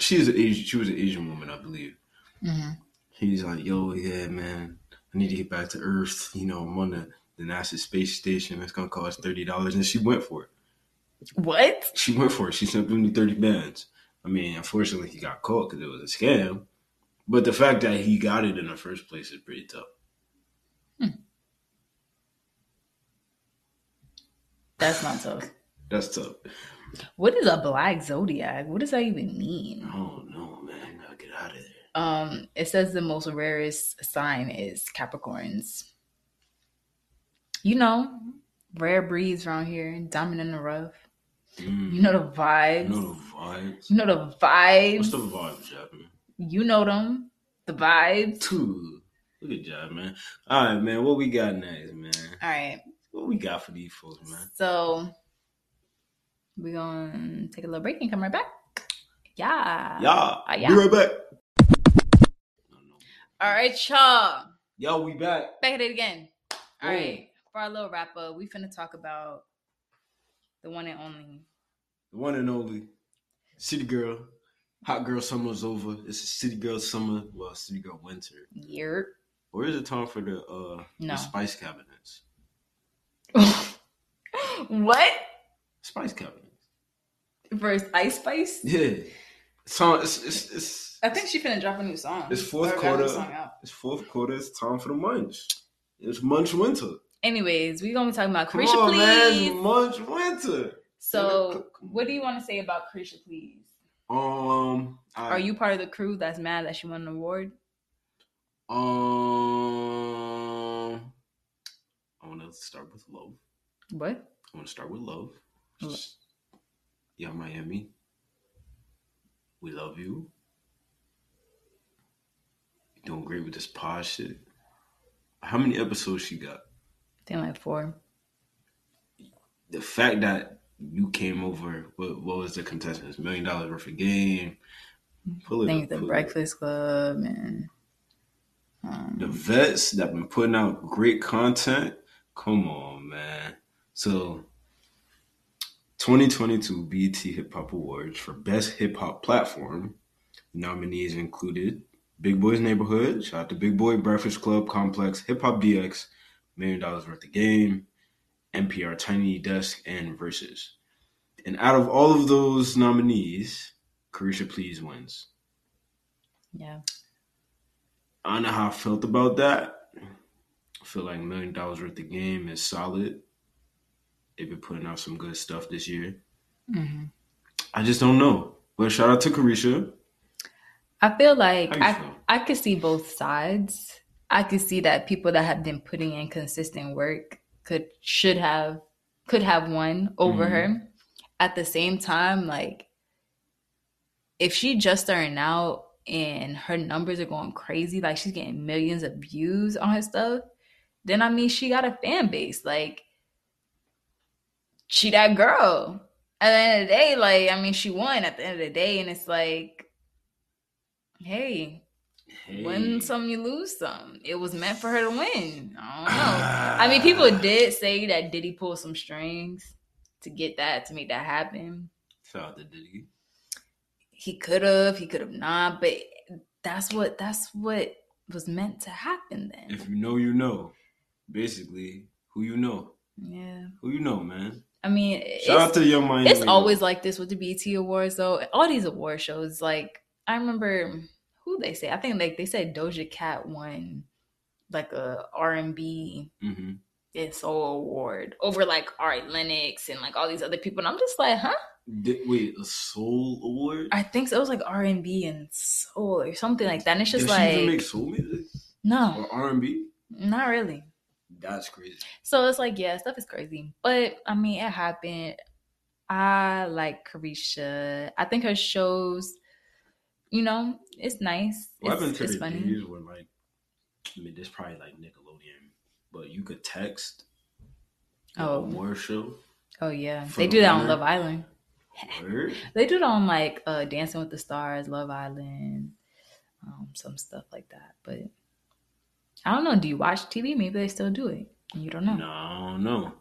[SPEAKER 4] she's an Asian. She was an Asian woman, I believe.
[SPEAKER 1] hmm
[SPEAKER 4] He's like, yo, yeah, man, I need to get back to Earth. You know, I'm on the, the NASA space station. It's gonna cost thirty dollars, and she went for it.
[SPEAKER 1] What?
[SPEAKER 4] She went for it. She sent him the thirty bands. I mean, unfortunately, he got caught because it was a scam. But the fact that he got it in the first place is pretty tough.
[SPEAKER 1] That's not tough.
[SPEAKER 4] That's tough.
[SPEAKER 1] What is a black zodiac? What does that even mean?
[SPEAKER 4] Oh no, man, I gotta get out of there.
[SPEAKER 1] Um, it says the most rarest sign is Capricorns. You know, rare breeds around here, diamond in the rough.
[SPEAKER 4] Mm.
[SPEAKER 1] You know the vibes.
[SPEAKER 4] You
[SPEAKER 1] Mm-hmm. You know
[SPEAKER 4] know the vibes.
[SPEAKER 1] the vibes.
[SPEAKER 4] What's the vibes, Jab, man?
[SPEAKER 1] You know them. The vibes.
[SPEAKER 4] Two. Good job, man. All right, man. What we got next, man?
[SPEAKER 1] All right.
[SPEAKER 4] What we got for these folks, man?
[SPEAKER 1] So we're gonna take a little break and come right back. Yeah.
[SPEAKER 4] Y'all,
[SPEAKER 1] Uh, yeah.
[SPEAKER 4] be right back.
[SPEAKER 1] All right, y'all.
[SPEAKER 4] Y'all, we back.
[SPEAKER 1] back at it again. All
[SPEAKER 4] Ooh.
[SPEAKER 1] right, for our little wrap up, we finna talk about the one and only.
[SPEAKER 4] The one and only City Girl. Hot Girl Summer's over. It's a City Girl Summer. Well, City Girl Winter.
[SPEAKER 1] Year.
[SPEAKER 4] Or is it time for the uh
[SPEAKER 1] No.
[SPEAKER 4] the Spice Cabinets?
[SPEAKER 1] what?
[SPEAKER 4] Spice Cabinets.
[SPEAKER 1] Versus Ice Spice?
[SPEAKER 4] Yeah. It's time. It's it's it's,
[SPEAKER 1] I think she finna drop a new song.
[SPEAKER 4] It's
[SPEAKER 1] Or
[SPEAKER 4] fourth
[SPEAKER 1] got a new
[SPEAKER 4] quarter.
[SPEAKER 1] song out.
[SPEAKER 4] it's fourth quarter. It's time for the munch. It's munch winter.
[SPEAKER 1] Anyways, we gonna be talking about
[SPEAKER 4] Come
[SPEAKER 1] Carisha,
[SPEAKER 4] on,
[SPEAKER 1] please.
[SPEAKER 4] man. Munch winter.
[SPEAKER 1] So, what do you want to say about Carisha, please?
[SPEAKER 4] Um. I-
[SPEAKER 1] Are you part of the crew that's mad that she won an award?
[SPEAKER 4] Um, I want to start with love.
[SPEAKER 1] What?
[SPEAKER 4] I want to start with love.
[SPEAKER 1] Lo-
[SPEAKER 4] Yeah, Miami. We love you. You're doing great with this pod shit. How many episodes she got?
[SPEAKER 1] think like four.
[SPEAKER 4] The fact that you came over, what, what was the contestants? Million dollars worth of game. Pull it
[SPEAKER 1] Things
[SPEAKER 4] up,
[SPEAKER 1] the
[SPEAKER 4] pull it up.
[SPEAKER 1] Breakfast Club and um,
[SPEAKER 4] The vets that been putting out great content. Come on, man. So 2022 BT Hip Hop Awards for Best Hip Hop Platform. Nominees included Big Boy's Neighborhood, shout out to Big Boy, Breakfast Club, Complex, Hip Hop DX, Million Dollars Worth of Game, NPR Tiny Desk, and Versus. And out of all of those nominees, Carisha Please wins.
[SPEAKER 1] yeah,
[SPEAKER 4] I don't know how I felt about that. I feel like million dollars worth of game is solid. They've been putting out some good stuff this year.
[SPEAKER 1] hmm
[SPEAKER 4] I just don't know. But shout out to Carisha.
[SPEAKER 1] I feel like
[SPEAKER 4] How you
[SPEAKER 1] I
[SPEAKER 4] feel?
[SPEAKER 1] I could see both sides. I could see that people that have been putting in consistent work could should have could have won over
[SPEAKER 4] Mhm.
[SPEAKER 1] her. At the same time, like if she just starting out and her numbers are going crazy, like she's getting millions of views on her stuff, then I mean she got a fan base. Like she that girl. At the end of the day, like I mean she won at the end of the day, and it's like, hey, Win some, you lose some. It was meant for her to win. I don't know. I mean, people did say that Diddy pulled some strings to get that, to make that happen.
[SPEAKER 4] Shout out to Diddy.
[SPEAKER 1] He could have, he could have not, but that's what that's what was meant to happen then.
[SPEAKER 4] If you know, you know. Basically, who you know.
[SPEAKER 1] yeah.
[SPEAKER 4] Who you know, man.
[SPEAKER 1] I mean,
[SPEAKER 4] Shout out
[SPEAKER 1] it's,
[SPEAKER 4] to Young Miami.
[SPEAKER 1] it's always like this with the BT Awards, though. All these award shows, like, I remember who they say. I think like they said Doja Cat won like a R&B
[SPEAKER 4] hmm
[SPEAKER 1] and Soul Award over like Ari Lennox and like all these other people. And I'm just like, huh?
[SPEAKER 4] wait, a Soul Award?
[SPEAKER 1] I think so. it was like R and B and soul or something like that. And it's just
[SPEAKER 4] Does she
[SPEAKER 1] like Oh.
[SPEAKER 4] even make soul music?
[SPEAKER 1] no,
[SPEAKER 4] Or R&B?
[SPEAKER 1] not really.
[SPEAKER 4] That's crazy.
[SPEAKER 1] So it's like, yeah, stuff is crazy. But I mean it happened. I like Carisha. I think her shows, you know, it's nice.
[SPEAKER 4] What happened
[SPEAKER 1] it's
[SPEAKER 4] to
[SPEAKER 1] it's
[SPEAKER 4] the
[SPEAKER 1] funny.
[SPEAKER 4] days when like, I mean, this probably like Nickelodeon, but you could text the
[SPEAKER 1] Oh.
[SPEAKER 4] award show.
[SPEAKER 1] Oh yeah.
[SPEAKER 4] For
[SPEAKER 1] They
[SPEAKER 4] the
[SPEAKER 1] do that on
[SPEAKER 4] winner.
[SPEAKER 1] Love Island.
[SPEAKER 4] Word?
[SPEAKER 1] They do it on like uh Dancing with the Stars, Love Island, um, some stuff like that. But I don't know. Do you watch TV? Maybe they still do it. You don't know.
[SPEAKER 4] No, I don't know.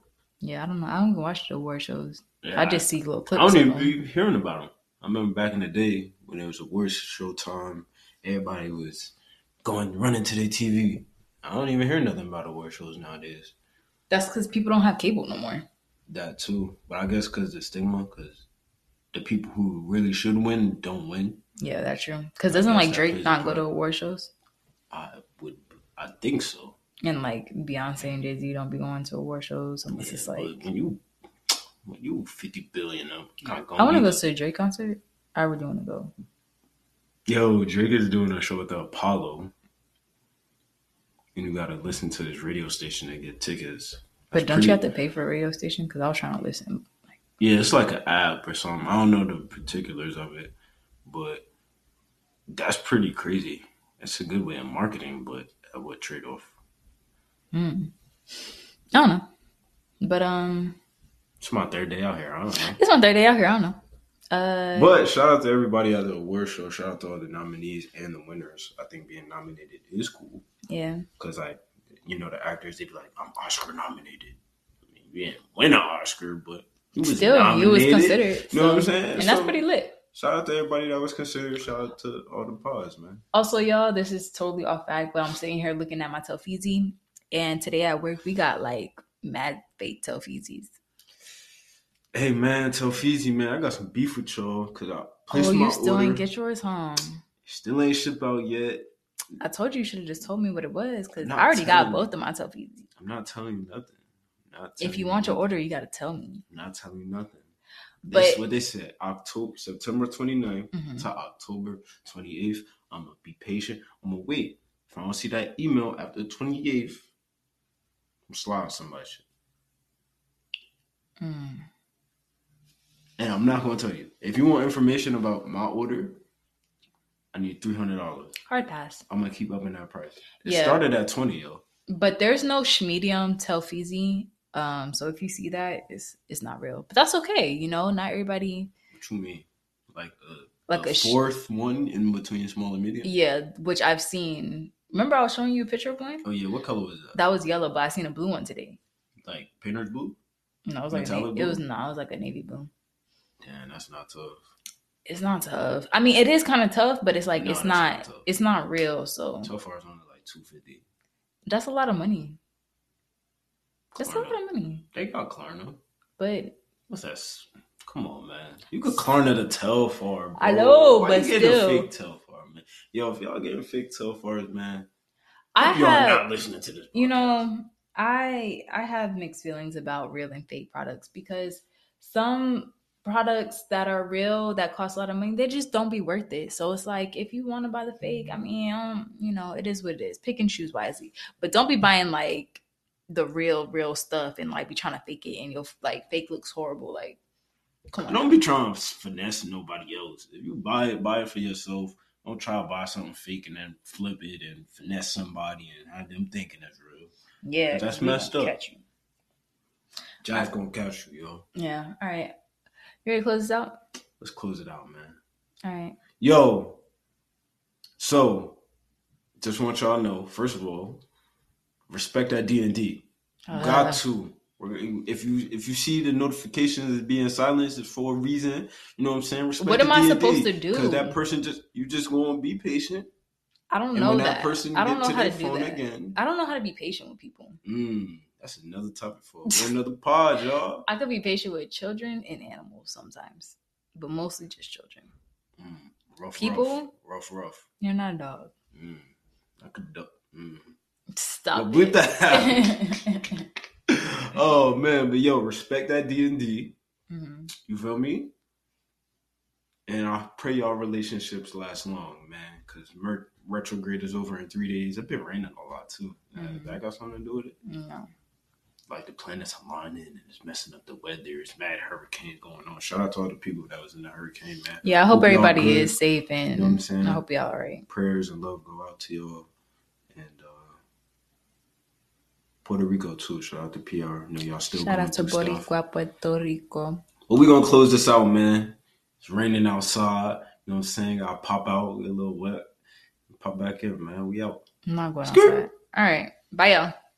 [SPEAKER 1] Yeah, I don't know. I don't even watch the award shows.
[SPEAKER 4] Yeah,
[SPEAKER 1] I just see little
[SPEAKER 4] I,
[SPEAKER 1] clips. of
[SPEAKER 4] don't even
[SPEAKER 1] them.
[SPEAKER 4] be hearing about them. I remember back in the day when it was award show time, everybody was going running to their TV. I don't even hear nothing about award shows nowadays.
[SPEAKER 1] That's because people don't have cable no more.
[SPEAKER 4] That too, but I guess because the stigma, because the people who really should win don't win.
[SPEAKER 1] Yeah, that's true. Because doesn't
[SPEAKER 4] That's
[SPEAKER 1] like
[SPEAKER 4] that
[SPEAKER 1] Drake
[SPEAKER 4] crazy
[SPEAKER 1] not go
[SPEAKER 4] part.
[SPEAKER 1] to award shows?
[SPEAKER 4] I would, I think so.
[SPEAKER 1] And like Beyonce and Jay Z don't be going to award shows unless it's
[SPEAKER 4] Yeah,
[SPEAKER 1] like.
[SPEAKER 4] but when you when you fifty billion up, you're not going
[SPEAKER 1] I want to go to a Drake concert. I really want to go.
[SPEAKER 4] Yo, Drake is doing a show with the Apollo, and you gotta listen to his radio station to get tickets.
[SPEAKER 1] But
[SPEAKER 4] That's
[SPEAKER 1] don't you have
[SPEAKER 4] pretty-
[SPEAKER 1] to pay for a radio station? Because I was trying to listen.
[SPEAKER 4] Yeah, it's like an app or something. I don't know the particulars of it, but that's pretty crazy. That's a good way of marketing, but at what trade off?
[SPEAKER 1] Mm. I don't know. But um,
[SPEAKER 4] It's my third day out here. I don't know.
[SPEAKER 1] It's my third day out here. I don't know. Uh,
[SPEAKER 4] But shout out to everybody at the award show. Shout out to all the nominees and the winners. I think being nominated is cool.
[SPEAKER 1] yeah,
[SPEAKER 4] Because, like, you know, the actors, they'd be like, I'm Oscar nominated. I mean, you didn't win an Oscar, but you was
[SPEAKER 1] still you was
[SPEAKER 4] nominated.
[SPEAKER 1] considered.
[SPEAKER 4] You know what I'm
[SPEAKER 1] so-
[SPEAKER 4] saying?
[SPEAKER 1] And
[SPEAKER 4] So,
[SPEAKER 1] that's pretty lit.
[SPEAKER 4] Shout out to everybody that was considered. Shout out to all the pods, man.
[SPEAKER 1] Also, y'all, this is totally off fact, but I'm sitting here looking at my Telfeezy, and today at work we got like mad fake Telfeezys.
[SPEAKER 4] Hey, man, tell Feezy, man, I got some beef with y'all because I placed
[SPEAKER 1] Oh,
[SPEAKER 4] my
[SPEAKER 1] you still
[SPEAKER 4] order.
[SPEAKER 1] ain't get yours home.
[SPEAKER 4] still ain't shipped out yet.
[SPEAKER 1] I told you you should have just told me what it was because
[SPEAKER 4] No,
[SPEAKER 1] I already got
[SPEAKER 4] tell me.
[SPEAKER 1] both of my Telfeezy.
[SPEAKER 4] I'm not telling you nothing. I'm not telling
[SPEAKER 1] If you want your
[SPEAKER 4] nothing.
[SPEAKER 1] order, you got to tell me.
[SPEAKER 4] I'm not telling you nothing. That's
[SPEAKER 1] But
[SPEAKER 4] what they said. October, September 29th.
[SPEAKER 1] Mhm.
[SPEAKER 4] to October 28th. I'm gonna be patient. I'm gonna wait. If I don't see that email after the 28th, I'm sliding somebody shit.
[SPEAKER 1] Mm.
[SPEAKER 4] And I'm not gonna tell you. If you want information about my order, I need three hundred dollars.
[SPEAKER 1] hard pass.
[SPEAKER 4] I'm gonna keep up in that price. It
[SPEAKER 1] Yeah.
[SPEAKER 4] started at 20, yo.
[SPEAKER 1] But there's no schmedium telfizi. Um, so if you see that, it's it's not real. But that's okay, you know. Not everybody
[SPEAKER 4] What you mean? Like a,
[SPEAKER 1] like a,
[SPEAKER 4] a
[SPEAKER 1] sh-
[SPEAKER 4] fourth one in between small and medium?
[SPEAKER 1] yeah, which I've seen. Remember, I was showing you a picture of one
[SPEAKER 4] Oh yeah, what color was that?
[SPEAKER 1] that was yellow, but I seen a blue one today,
[SPEAKER 4] Like painter's blue?
[SPEAKER 1] and I was like, a
[SPEAKER 4] Metallic
[SPEAKER 1] na-
[SPEAKER 4] blue?
[SPEAKER 1] it was no, it was like a navy blue.
[SPEAKER 4] Damn, that's not tough.
[SPEAKER 1] It's not tough. I mean, it is kind of tough, but it's like
[SPEAKER 4] No,
[SPEAKER 1] it's
[SPEAKER 4] that's not
[SPEAKER 1] not,
[SPEAKER 4] tough.
[SPEAKER 1] it's not real. So
[SPEAKER 4] So far it's only like two fifty.
[SPEAKER 1] that's a lot of money. That's a lot of money,
[SPEAKER 4] They got Klarna.
[SPEAKER 1] but
[SPEAKER 4] What's that? s- Come on, man. You could Klarna the Telfar, bro.
[SPEAKER 1] I know,
[SPEAKER 4] Why
[SPEAKER 1] but
[SPEAKER 4] you getting
[SPEAKER 1] still.
[SPEAKER 4] fake Telfar, man. Yo, if y'all getting fake Telfars, man,
[SPEAKER 1] I
[SPEAKER 4] y'all
[SPEAKER 1] have
[SPEAKER 4] not listening to this.
[SPEAKER 1] you
[SPEAKER 4] podcast.
[SPEAKER 1] know i i have mixed feelings about real and fake products because some products that are real that cost a lot of money they just don't be worth it so it's like if you want to buy the fake i mean um, you know it is what it is pick and choose wisely but don't be buying like the real real stuff and like be trying to fake it and you'll like fake looks horrible like come on
[SPEAKER 4] Don't be trying to finesse nobody else. If you buy it, buy it for yourself. Don't try to buy something fake and then flip it and finesse somebody and have them thinking it's real.
[SPEAKER 1] yeah
[SPEAKER 4] That's
[SPEAKER 1] we gonna
[SPEAKER 4] messed up.
[SPEAKER 1] catch you.
[SPEAKER 4] Jai's gonna catch you, yo.
[SPEAKER 1] yeah all right you ready to close this out
[SPEAKER 4] Let's close it out, man.
[SPEAKER 1] all right
[SPEAKER 4] Yo. So, just want y'all to know. First of all, respect that D and D.
[SPEAKER 1] Uh,
[SPEAKER 4] Got to. We're- If you if you see the notifications as being silenced, it's for a reason. You know what I'm saying? Respect
[SPEAKER 1] What am I supposed to do?
[SPEAKER 4] Because that person just you just gonna be patient.
[SPEAKER 1] i don't
[SPEAKER 4] And
[SPEAKER 1] know
[SPEAKER 4] when
[SPEAKER 1] that,
[SPEAKER 4] that, person
[SPEAKER 1] i don't
[SPEAKER 4] get
[SPEAKER 1] know
[SPEAKER 4] to
[SPEAKER 1] how
[SPEAKER 4] their
[SPEAKER 1] to do
[SPEAKER 4] phone
[SPEAKER 1] that
[SPEAKER 4] again,
[SPEAKER 1] I don't know how to be patient with people.
[SPEAKER 4] mm, that's another topic for another pod, y'all.
[SPEAKER 1] I could be patient with children and animals sometimes, but mostly just children.
[SPEAKER 4] Mm, rough,
[SPEAKER 1] People?
[SPEAKER 4] rough, rough, rough.
[SPEAKER 1] You're not a dog.
[SPEAKER 4] Mm, I could duck. Mm.
[SPEAKER 1] Stop.
[SPEAKER 4] Well, bleep
[SPEAKER 1] it.
[SPEAKER 4] that oh man, but yo, respect that D and D.
[SPEAKER 1] Mhm.
[SPEAKER 4] You feel me? And I pray y'all relationships last long, man. Cause mer- retrograde is over in three days. It's been raining a lot too. Uh,
[SPEAKER 1] Mhm.
[SPEAKER 4] That got something to do with it.
[SPEAKER 1] No.
[SPEAKER 4] Like the planets aligning and it's messing up the weather. It's mad hurricanes going on. Shout out to all the people that was in the hurricane, man.
[SPEAKER 1] Yeah, I hope,
[SPEAKER 4] Hope y'all
[SPEAKER 1] everybody
[SPEAKER 4] good.
[SPEAKER 1] is safe and
[SPEAKER 4] You know what I'm saying?
[SPEAKER 1] I hope y'all all right.
[SPEAKER 4] prayers and love go out to y'all. And uh, Puerto Rico too. Shout out to PR. I know y'all still
[SPEAKER 1] Shout
[SPEAKER 4] going
[SPEAKER 1] out to
[SPEAKER 4] through stuff.
[SPEAKER 1] Boricua, Puerto Rico.
[SPEAKER 4] But we gonna close this out, man. It's raining outside. You know what I'm saying? I'll pop out, get a little wet, pop back in, man. We out.
[SPEAKER 1] I'm not going
[SPEAKER 4] Skirt.
[SPEAKER 1] outside. All right. Bye, y'all.